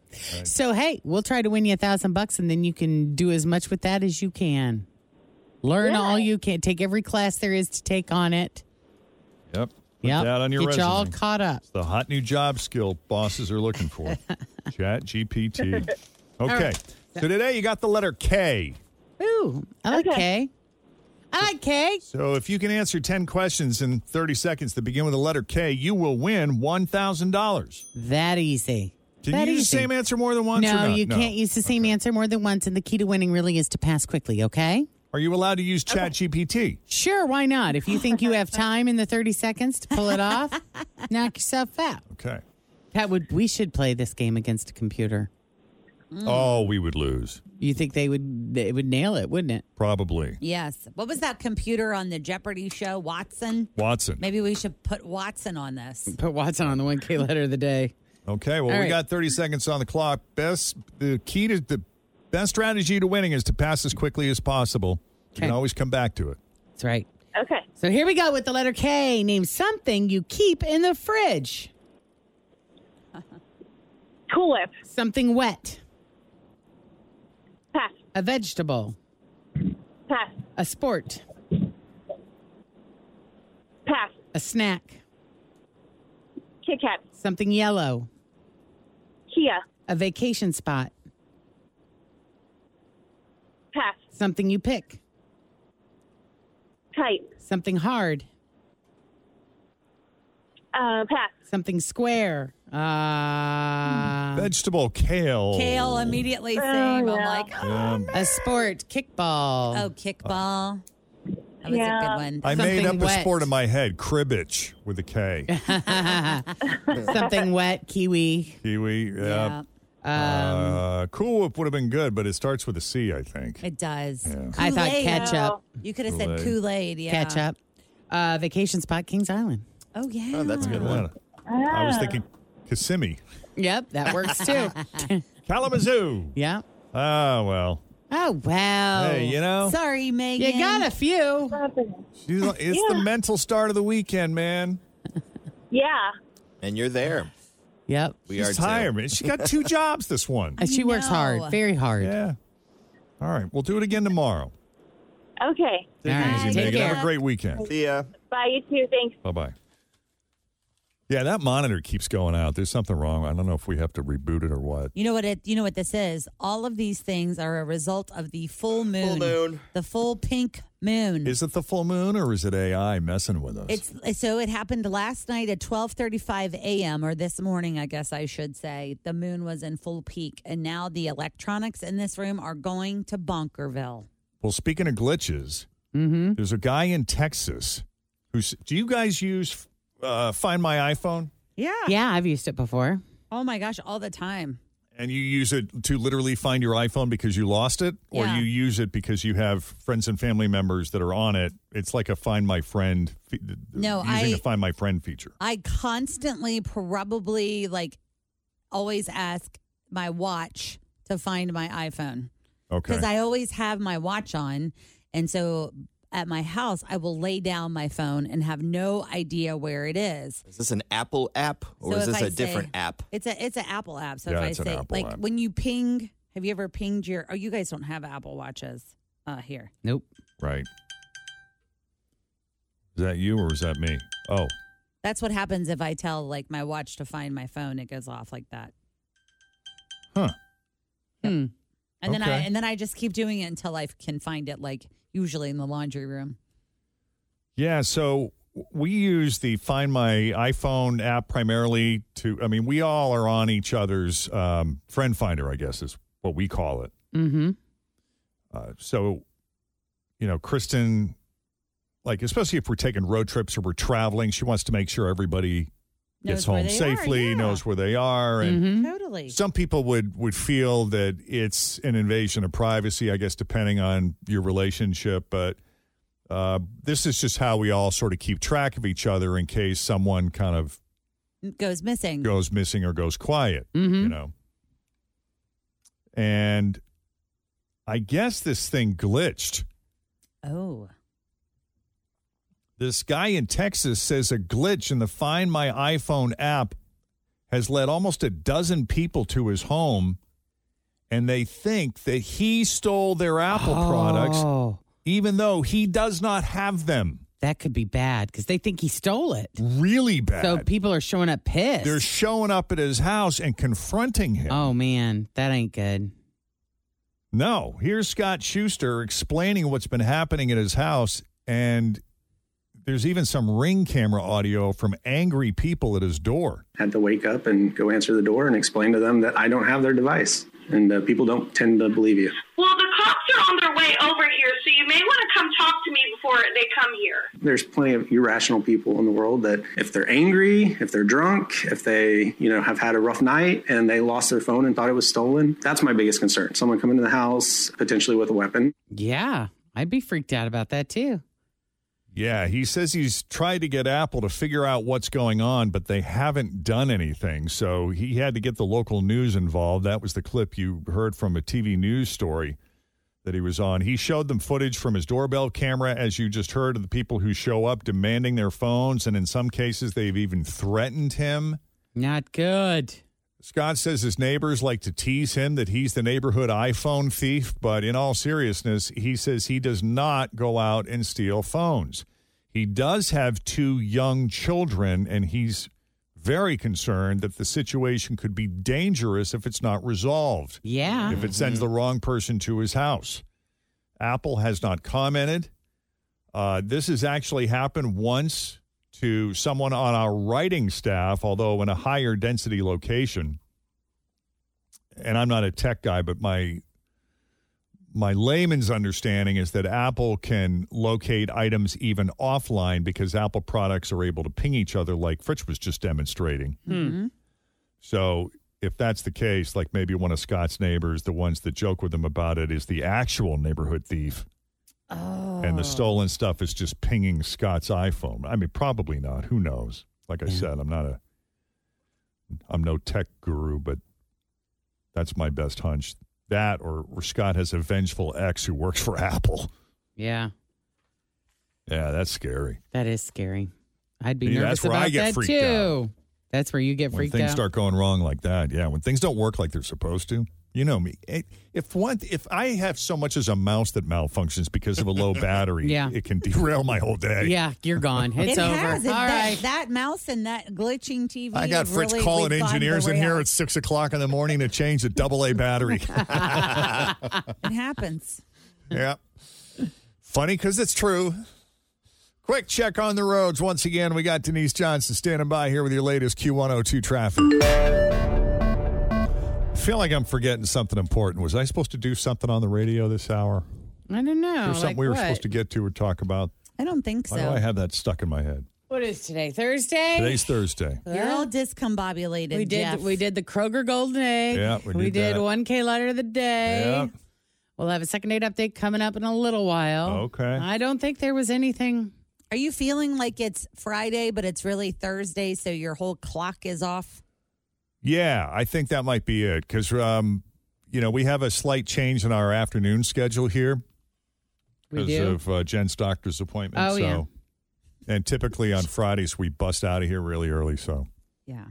Speaker 2: So hey, we'll try to win you a thousand bucks, and then you can do as much with that as you can. Learn all you can. Take every class there is to take on it.
Speaker 4: Yep. Put
Speaker 2: Yep.
Speaker 4: that on your
Speaker 2: Get you
Speaker 4: resume.
Speaker 2: all caught up.
Speaker 4: It's the hot new job skill bosses are looking for. Chat GPT.
Speaker 2: All
Speaker 4: Okay.
Speaker 2: right.
Speaker 4: So today you got the letter K.
Speaker 2: Ooh, I like K. I like K.
Speaker 4: So if you can answer 10 questions in 30 seconds that begin with the letter K, you will win $1,000.
Speaker 2: That easy.
Speaker 4: Can
Speaker 2: That
Speaker 4: you use
Speaker 2: easy.
Speaker 4: the same answer more than once? or
Speaker 2: No,
Speaker 4: not?
Speaker 2: you can't use the same answer more than once, and the key to winning really is to pass quickly. Okay.
Speaker 4: Are you allowed to use Chat GPT?
Speaker 2: Sure, why not? If you think you have time in the 30 seconds to pull it off, knock yourself out.
Speaker 4: Okay.
Speaker 2: Pat would we should play this game against a computer. Mm.
Speaker 4: Oh, we would lose.
Speaker 2: You think they would they would nail it, wouldn't it?
Speaker 4: Probably.
Speaker 3: Yes. What was that computer on the Jeopardy show? Watson?
Speaker 4: Watson.
Speaker 3: Maybe we should put Watson on this.
Speaker 2: Put Watson on the 1K letter of the day.
Speaker 4: Okay, well,
Speaker 3: All
Speaker 4: we
Speaker 3: right.
Speaker 4: got 30 seconds on the clock. Best the key to the best strategy to winning is to pass as quickly as possible. You can
Speaker 2: Okay.
Speaker 4: always come back to it.
Speaker 2: That's right.
Speaker 18: Okay.
Speaker 2: So here we go with the letter K. Name something you keep in the fridge.
Speaker 18: Tulip.
Speaker 2: Something wet.
Speaker 18: Pass.
Speaker 2: A vegetable.
Speaker 18: Pass.
Speaker 2: A sport.
Speaker 18: Pass.
Speaker 2: A snack.
Speaker 18: Kit Kat.
Speaker 2: Something yellow.
Speaker 18: Kia.
Speaker 2: A vacation spot.
Speaker 18: Pass.
Speaker 2: Something you pick.
Speaker 18: Tight.
Speaker 2: Something hard.
Speaker 18: Uh, pass.
Speaker 2: Something square. Uh,
Speaker 4: Vegetable kale. Um,
Speaker 3: Kale immediately same. I'm like,
Speaker 4: Yeah.
Speaker 2: a sport. Kickball.
Speaker 3: oh, kickball. That was a
Speaker 2: Yeah.
Speaker 3: good one.
Speaker 4: I made up
Speaker 2: Something
Speaker 4: a
Speaker 2: wet.
Speaker 4: sport in my head, cribbage with a K.
Speaker 2: Something wet. Kiwi.
Speaker 4: Kiwi. Yeah.
Speaker 2: Um,
Speaker 4: uh, cool Whip would have been good, but it starts with a C, I think.
Speaker 3: It does.
Speaker 2: I thought
Speaker 3: Kool-Aid.
Speaker 2: ketchup.
Speaker 3: You could have said
Speaker 4: Kool-Aid.
Speaker 3: Kool Aid. Yeah.
Speaker 2: Ketchup. Uh, vacation spot, Kings Island.
Speaker 3: Oh yeah.
Speaker 4: Oh, that's a good one. I was thinking Kissimmee.
Speaker 2: Yep, that works too.
Speaker 4: Kalamazoo.
Speaker 2: yeah.
Speaker 4: Oh, well.
Speaker 2: Oh wow.
Speaker 4: Hey, you know,
Speaker 3: Sorry, Megan.
Speaker 2: You got a few.
Speaker 4: she's- it's the mental start of the weekend, man.
Speaker 18: Yeah.
Speaker 8: And you're there.
Speaker 2: Yep.
Speaker 8: We
Speaker 4: She's
Speaker 8: are too.
Speaker 4: tired, man. She got two jobs this one.
Speaker 2: Uh, She works hard, very hard.
Speaker 4: Yeah. All right. We'll do it again tomorrow.
Speaker 18: Okay.
Speaker 4: Take
Speaker 2: All
Speaker 4: it
Speaker 2: right,
Speaker 4: easy,
Speaker 2: take
Speaker 4: Megan. Have
Speaker 2: care.
Speaker 4: a great weekend.
Speaker 8: See ya.
Speaker 18: Bye, you too. Thanks.
Speaker 4: Bye bye. Yeah, that monitor keeps going out. There's something wrong. I don't know if we have to reboot it or what.
Speaker 3: You know what it you know what this is? All of these things are a result of the full moon.
Speaker 8: moon.
Speaker 3: The full pink
Speaker 8: Mm-hmm.
Speaker 3: moon.
Speaker 4: Is it the full moon or is it AI messing with us?
Speaker 3: It's so it happened last night at 12:35 a.m. or this morning, I guess I should say. The moon was in full peak, and now the electronics in this room are going to Bonkerville.
Speaker 4: well, speaking of glitches,
Speaker 8: Mm-hmm.
Speaker 4: there's a guy in Texas who's. Do you guys use uh, Find My iPhone?
Speaker 3: Yeah.
Speaker 2: Yeah, I've used it before.
Speaker 3: Oh my gosh, all the time.
Speaker 4: And you use it to literally find your iPhone because you lost it, or
Speaker 3: Yeah.
Speaker 4: you use it because you have friends and family members that are on it. It's like a Find My Friend. Fe-
Speaker 3: No,
Speaker 4: using
Speaker 3: I-
Speaker 4: the Find My Friend feature.
Speaker 3: I constantly probably like always ask my watch to find my iPhone
Speaker 4: Okay.
Speaker 3: because I always have my watch on. And so at my house, I will lay down my phone and have no idea where it is.
Speaker 8: Is this an Apple app or
Speaker 3: So
Speaker 8: is
Speaker 3: if
Speaker 8: this
Speaker 3: I
Speaker 8: a different
Speaker 3: say-
Speaker 8: app?
Speaker 3: It's a it's an Apple app. So
Speaker 8: Yeah,
Speaker 3: if I
Speaker 8: it's an
Speaker 3: say
Speaker 8: Apple
Speaker 3: like
Speaker 8: app.
Speaker 3: when you ping, have you ever pinged your? Oh, you guys don't have Apple watches uh, here.
Speaker 2: Nope.
Speaker 4: Right. Is that you or is that me? Oh,
Speaker 3: That's what happens if I tell like my watch to find my phone. It goes off like that,
Speaker 4: huh.
Speaker 2: Hmm.
Speaker 3: and then I
Speaker 4: Okay.
Speaker 3: and then I just keep doing it until I can find it. Like usually in the laundry room.
Speaker 4: Yeah. So we use the Find My iPhone app primarily to, I mean, we all are on each other's um, friend finder, I guess is what we call it.
Speaker 2: Mm-hmm.
Speaker 4: Uh, so you know, Kristen, like, especially if we're taking road trips or we're traveling, she wants to make sure everybody
Speaker 3: Knows
Speaker 4: gets
Speaker 3: where
Speaker 4: home
Speaker 3: they are,
Speaker 4: safely,
Speaker 3: yeah. Mm-hmm.
Speaker 4: knows where they are. And
Speaker 2: Mm-hmm. Hmm?
Speaker 3: Totally.
Speaker 4: some people would, would feel that it's an invasion of privacy, I guess, depending on your relationship. But uh, this is just how we all sort of keep track of each other in case someone kind of
Speaker 3: Goes missing.
Speaker 4: goes missing or goes quiet,
Speaker 3: Mm-hmm.
Speaker 4: you know. And I guess this thing glitched.
Speaker 3: Oh.
Speaker 4: This guy in Texas says a glitch in the Find My iPhone app has led almost a dozen people to his home, and they think that he stole their Apple
Speaker 2: Oh.
Speaker 4: products, even though he does not have them.
Speaker 2: That could be bad because they think he stole it.
Speaker 4: Really bad.
Speaker 2: So people are showing up pissed.
Speaker 4: They're showing up at his house and confronting him.
Speaker 2: Oh man, that ain't good.
Speaker 4: No, here's Scott Schuster explaining what's been happening at his house, and there's even some ring camera audio from angry people at his door.
Speaker 21: had to wake up and go answer the door and explain to them that I don't have their device. And uh, people don't tend to believe you.
Speaker 22: Well, the cops are on their way over here, so you may want to come talk to me before they come here.
Speaker 21: There's plenty of irrational people in the world that if they're angry, if they're drunk, if they, you know, have had a rough night and they lost their phone and thought it was stolen, that's my biggest concern. Someone coming to the house potentially with a weapon.
Speaker 2: Yeah, I'd be freaked out about that too.
Speaker 4: Yeah, he says he's tried to get Apple to figure out what's going on, but they haven't done anything. So he had to get the local news involved. That was the clip you heard from a TV news story that he was on. He showed them footage from his doorbell camera, as you just heard, of the people who show up demanding their phones. And in some cases, they've even threatened him.
Speaker 2: Not good.
Speaker 4: Scott says his neighbors like to tease him that he's the neighborhood iPhone thief, but in all seriousness, he says he does not go out and steal phones. He does have two young children, and he's very concerned that the situation could be dangerous if it's not resolved.
Speaker 2: Yeah.
Speaker 4: If it sends the wrong person to his house. Apple has not commented. Uh, this has actually happened once to someone on our writing staff, although in a higher density location. And I'm not a tech guy, but my my layman's understanding is that Apple can locate items even offline because Apple products are able to ping each other, like Fritz was just demonstrating.
Speaker 2: Mm-hmm.
Speaker 4: So if that's the case, like maybe one of Scott's neighbors, the ones that joke with him about it, is the actual neighborhood thief.
Speaker 3: mm-hmm.
Speaker 4: And the
Speaker 3: Oh.
Speaker 4: stolen stuff is just pinging Scott's iPhone. I mean, probably not. Who knows? Like I said, I'm not a, I'm no tech guru, but that's my best hunch. That or, or Scott has a vengeful ex who works for Apple.
Speaker 2: Yeah,
Speaker 4: Yeah, that's scary.
Speaker 2: that is scary. I'd be
Speaker 4: Yeah,
Speaker 2: nervous
Speaker 4: that's where
Speaker 2: about
Speaker 4: I get
Speaker 2: that
Speaker 4: freaked
Speaker 2: too. That's where you get
Speaker 4: when
Speaker 2: freaked
Speaker 4: things
Speaker 2: out.
Speaker 4: start going wrong like that yeah when things don't work like they're supposed to you know me It- if one if i have so much as a mouse that malfunctions because of a low battery
Speaker 2: Yeah.
Speaker 4: it can derail my whole day
Speaker 2: Yeah, you're gone. It's
Speaker 3: Oh. it
Speaker 2: over.
Speaker 3: Has. It,
Speaker 2: All
Speaker 3: that,
Speaker 2: right.
Speaker 3: that mouse and that glitching TV.
Speaker 4: I got
Speaker 3: have
Speaker 4: Fritz
Speaker 3: really-
Speaker 4: calling
Speaker 3: we've gone
Speaker 4: engineers
Speaker 3: the
Speaker 4: in here
Speaker 3: rails.
Speaker 4: at six o'clock in the morning to change the double A battery.
Speaker 3: It happens.
Speaker 4: yeah. Funny because it's true. Quick check on the roads. Once again, we got Denise Johnson standing by here with your latest Q102 traffic. I feel like I'm forgetting something important. Was I supposed to do something on the radio this hour?
Speaker 2: I don't know.
Speaker 4: There's something
Speaker 2: Oh, like
Speaker 4: we were
Speaker 2: what?
Speaker 4: supposed to get to or talk about.
Speaker 3: I don't think
Speaker 4: Why do I
Speaker 3: so.
Speaker 4: have that stuck in my head?
Speaker 2: What is today? Thursday.
Speaker 4: Today's Thursday.
Speaker 3: You're all discombobulated.
Speaker 2: we did.
Speaker 3: Jeff.
Speaker 2: We did the Kroger Golden Egg.
Speaker 4: Yeah, we did that.
Speaker 2: one K letter of the day.
Speaker 4: Yeah.
Speaker 2: We'll have a second date update coming up in a little while.
Speaker 4: Okay.
Speaker 2: I don't think there was anything.
Speaker 3: Are you feeling like it's Friday, but it's really Thursday, so your whole clock is off?
Speaker 4: Yeah, I think that might be it because, um, you know, we have a slight change in our afternoon schedule here
Speaker 2: We
Speaker 4: because
Speaker 2: do.
Speaker 4: of uh, Jen's doctor's appointment.
Speaker 2: Oh,
Speaker 4: so,
Speaker 2: yeah.
Speaker 4: and typically on Fridays we bust out of here really early. So,
Speaker 3: Yeah,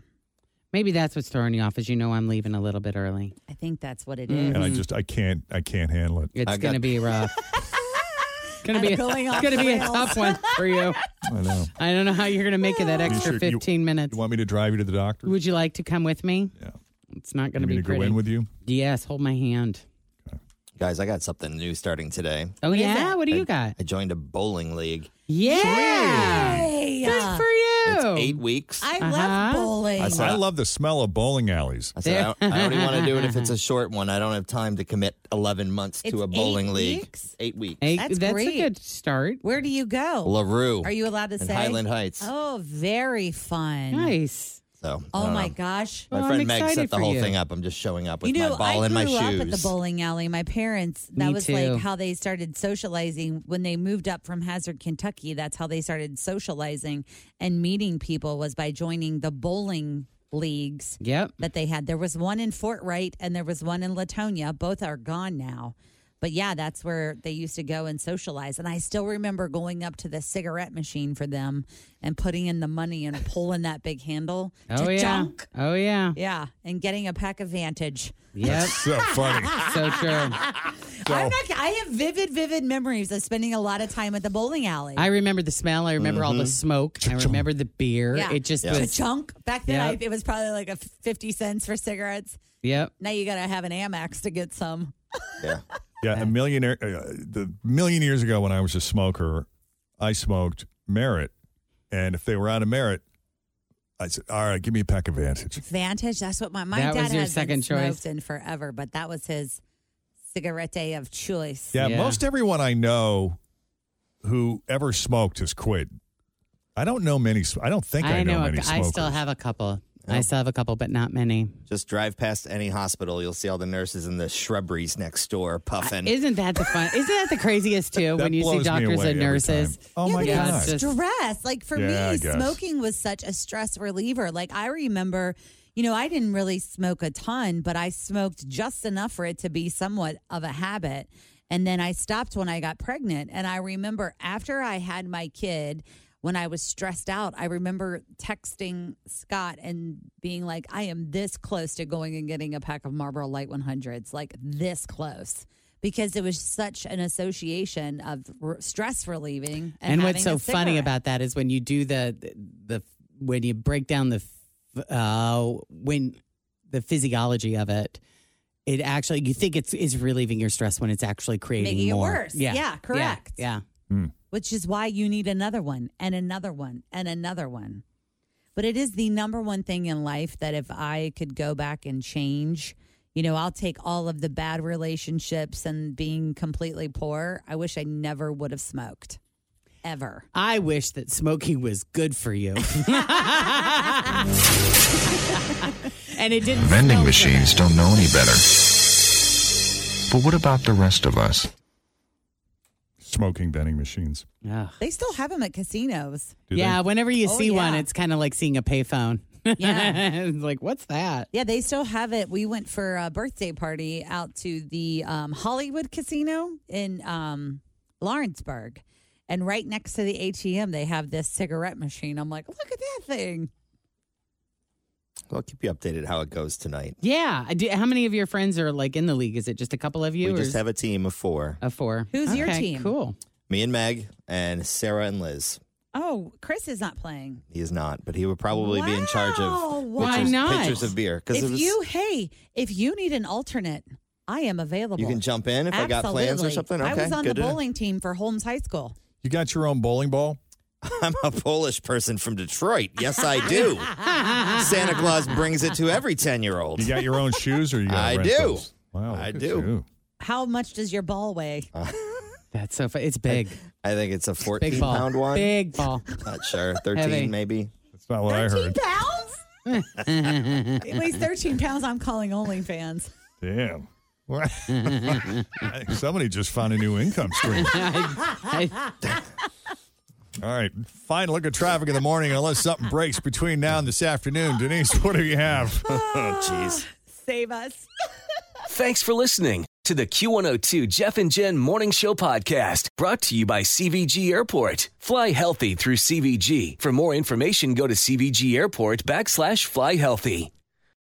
Speaker 2: Maybe that's what's throwing you off. As you know, I'm leaving a little bit early.
Speaker 3: I think that's what it is.
Speaker 2: Mhm.
Speaker 4: and I just I can't I can't handle it.
Speaker 2: It's gonna be rough. It's gonna be
Speaker 3: I'm going
Speaker 2: it's
Speaker 3: off
Speaker 2: gonna be a
Speaker 3: rails.
Speaker 2: tough one for you.
Speaker 4: I know.
Speaker 2: I don't know how you're gonna make it that
Speaker 4: You
Speaker 2: extra
Speaker 4: sure- you-
Speaker 2: 15 minutes.
Speaker 4: You want me to drive you to the doctor?
Speaker 2: Would you like to come with me?
Speaker 4: Yeah.
Speaker 2: It's not
Speaker 4: you
Speaker 2: gonna
Speaker 4: want me
Speaker 2: be
Speaker 4: to
Speaker 2: pretty.
Speaker 4: go in with you?
Speaker 2: yes, hold my hand.
Speaker 8: Guys, I got something new starting today.
Speaker 2: Oh yeah, what do you got?
Speaker 8: I joined a bowling league.
Speaker 2: Yeah,
Speaker 3: Hey,
Speaker 2: good
Speaker 3: uh,
Speaker 2: for Uh-huh. you.
Speaker 8: It's eight weeks.
Speaker 3: I love bowling.
Speaker 8: I said-
Speaker 4: I love the smell of bowling alleys.
Speaker 8: I said, I don't, I don't even want to do it if it's a short one. I don't have time to commit 11 months
Speaker 3: It's
Speaker 8: to a bowling
Speaker 3: eight
Speaker 8: league.
Speaker 3: weeks?
Speaker 8: Eight weeks.
Speaker 3: that's great.
Speaker 2: start.
Speaker 3: Where do you go?
Speaker 8: LaRue.
Speaker 3: Are you allowed to
Speaker 8: In
Speaker 3: say
Speaker 8: Highland Heights.
Speaker 3: Oh, very fun.
Speaker 2: Nice.
Speaker 8: So, I
Speaker 3: Oh
Speaker 8: don't
Speaker 3: my
Speaker 8: know.
Speaker 3: gosh.
Speaker 8: My friend Meg set the whole thing up. I'm just showing up Um, with
Speaker 3: you know,
Speaker 8: my ball
Speaker 3: I
Speaker 8: and
Speaker 3: grew
Speaker 8: my
Speaker 3: up
Speaker 8: shoes.
Speaker 3: at the bowling alley. My parents, that
Speaker 8: Me
Speaker 3: was
Speaker 8: too.
Speaker 3: like how they started socializing when they moved up from Hazard, Kentucky. That's how they started socializing and meeting people was by joining the bowling leagues
Speaker 2: yep.
Speaker 3: that they had. There was one in Fort Wright and there was one in Latonia. Both are gone now. But yeah, that's where they used to go and socialize. And I still remember going up to the cigarette machine for them and putting in the money and pulling that big handle
Speaker 2: Oh
Speaker 3: to
Speaker 2: yeah.
Speaker 3: junk.
Speaker 2: Oh yeah.
Speaker 3: Yeah, and getting a pack of Vantage.
Speaker 2: Yep.
Speaker 4: so funny.
Speaker 2: So true.
Speaker 3: I'm not, I have vivid, vivid memories of spending a lot of time at the bowling alley.
Speaker 2: I remember the smell. I remember all the
Speaker 3: Mhm.
Speaker 2: smoke. I remember the beer.
Speaker 3: yeah.
Speaker 2: It just was.
Speaker 3: chunk. Back then,
Speaker 2: Yep.
Speaker 3: I, it was probably like a fifty cents for cigarettes.
Speaker 2: Yep.
Speaker 3: Now you gotta have an Amex to get some.
Speaker 8: Yeah.
Speaker 4: Yeah, a millionaire. Uh, the million years ago, when I was a smoker, I smoked Merit, and if they were out of Merit, I said, "All right, give me a pack of Vantage."
Speaker 3: Vantage. That's what my my
Speaker 4: That
Speaker 3: dad
Speaker 4: was your
Speaker 3: hasn't
Speaker 4: second choice.
Speaker 3: smoked in forever, but that was his cigarette of choice.
Speaker 4: Yeah, most everyone I know who ever smoked has quit. I don't know many. sm- I don't think I,
Speaker 2: I
Speaker 4: know,
Speaker 2: know. a
Speaker 4: many
Speaker 2: cou- I
Speaker 4: smokers.
Speaker 2: still have a couple. I still have a couple, but not many.
Speaker 8: Just drive past any hospital. You'll see all the nurses in the shrubberies next door puffing.
Speaker 2: Isn't that the fun? Isn't that the craziest too?
Speaker 8: That
Speaker 2: when you see
Speaker 8: blows me
Speaker 2: doctors
Speaker 8: away
Speaker 2: and
Speaker 8: every
Speaker 2: nurses.
Speaker 8: time. Oh, my
Speaker 2: Yeah,
Speaker 8: God.
Speaker 2: it's just-
Speaker 3: stress. Like for
Speaker 2: Yeah, I
Speaker 3: me,
Speaker 2: guess.
Speaker 3: smoking was such a stress reliever. Like I remember, you know, I didn't really smoke a ton, but I smoked just enough for it to be somewhat of a habit. And then I stopped when I got pregnant. And I remember after I had my kid, when I was stressed out, I remember texting Scott and being like, I am this close to going and getting a pack of Marlboro Light 100s, like this close. Because it was such an association of r- stress relieving. And,
Speaker 2: And, what's so
Speaker 3: having a
Speaker 2: funny
Speaker 3: cigarette.
Speaker 2: about that is when you do the the, the when you break down the f- uh, when the physiology of it, it actually you think it's is relieving your stress when it's actually creating
Speaker 3: Making it
Speaker 2: more.
Speaker 3: worse. Yeah, correct.
Speaker 2: Yeah.
Speaker 3: which is why you need another one and another one and another one. But it is the number one thing in life that if I could go back and change, you know, I'll take all of the bad relationships and being completely poor. I wish I never would have smoked ever.
Speaker 2: I wish that smoking was good for you. and it didn't.
Speaker 1: Vending
Speaker 2: smell
Speaker 1: machines don't know any better. But what about the rest of us?
Speaker 4: Smoking vending machines.
Speaker 2: Yeah.
Speaker 3: They still have them at casinos.
Speaker 2: yeah, whenever you
Speaker 3: Oh,
Speaker 2: see one,
Speaker 3: yeah.
Speaker 2: it's kind of like seeing a payphone.
Speaker 3: Yeah.
Speaker 2: It's like what's that?
Speaker 3: Yeah, they still have it. We went for a birthday party out to the um, Hollywood Casino in um, Lawrenceburg. And right next to the ATM, they have this cigarette machine. I'm like, look at that thing.
Speaker 8: I'll keep you updated how it goes tonight.
Speaker 2: Yeah. I do- how many of your friends are like in the league? Is it just a couple of you?
Speaker 8: We
Speaker 2: or
Speaker 8: just
Speaker 2: is-
Speaker 8: have a team of four.
Speaker 2: Of four.
Speaker 3: Who's your
Speaker 2: Okay,
Speaker 3: team?
Speaker 2: Cool.
Speaker 8: Me and Meg and Sarah and Liz.
Speaker 3: Oh, Chris is not playing.
Speaker 8: He is not, but he would probably be in charge
Speaker 3: Wow,
Speaker 8: of
Speaker 3: why
Speaker 8: pictures,
Speaker 3: not?
Speaker 8: pictures of beer.
Speaker 3: If
Speaker 8: it was-
Speaker 3: you, hey, if you need an alternate, I am available.
Speaker 8: You can jump in if I got plans or
Speaker 3: Absolutely.
Speaker 8: something?
Speaker 3: I
Speaker 8: Okay,
Speaker 3: was on
Speaker 8: good
Speaker 3: the
Speaker 8: to know.
Speaker 3: bowling team for Holmes High School.
Speaker 4: You got your own bowling ball?
Speaker 8: I'm a Polish person from Detroit. Yes, I do. Santa Claus brings it to every 10 year old.
Speaker 4: You got your own shoes, or you? Got
Speaker 8: I
Speaker 4: rent
Speaker 8: do.
Speaker 4: those? Wow,
Speaker 8: I
Speaker 4: look at
Speaker 8: do.
Speaker 4: you.
Speaker 3: How much does your ball weigh?
Speaker 2: That's so. Fun. It's big.
Speaker 8: I think it's a 14
Speaker 2: Big
Speaker 8: pound
Speaker 2: ball.
Speaker 8: one.
Speaker 2: Big ball.
Speaker 8: Not sure. 13
Speaker 2: Heavy.
Speaker 8: maybe.
Speaker 4: That's not what I heard.
Speaker 3: Pounds? It weighs 13 pounds. I'm calling OnlyFans.
Speaker 4: Damn. I think Somebody just found a new income stream. All right, fine. Look at traffic in the morning, unless something breaks between now and this afternoon. Denise, what do you have? oh,
Speaker 3: jeez. Save us.
Speaker 5: Thanks for listening to the Q102 Jeff and Jen Morning Show podcast brought to you by CVG Airport. Fly healthy through CVG. For more information, go to CVG Airport backslash fly healthy.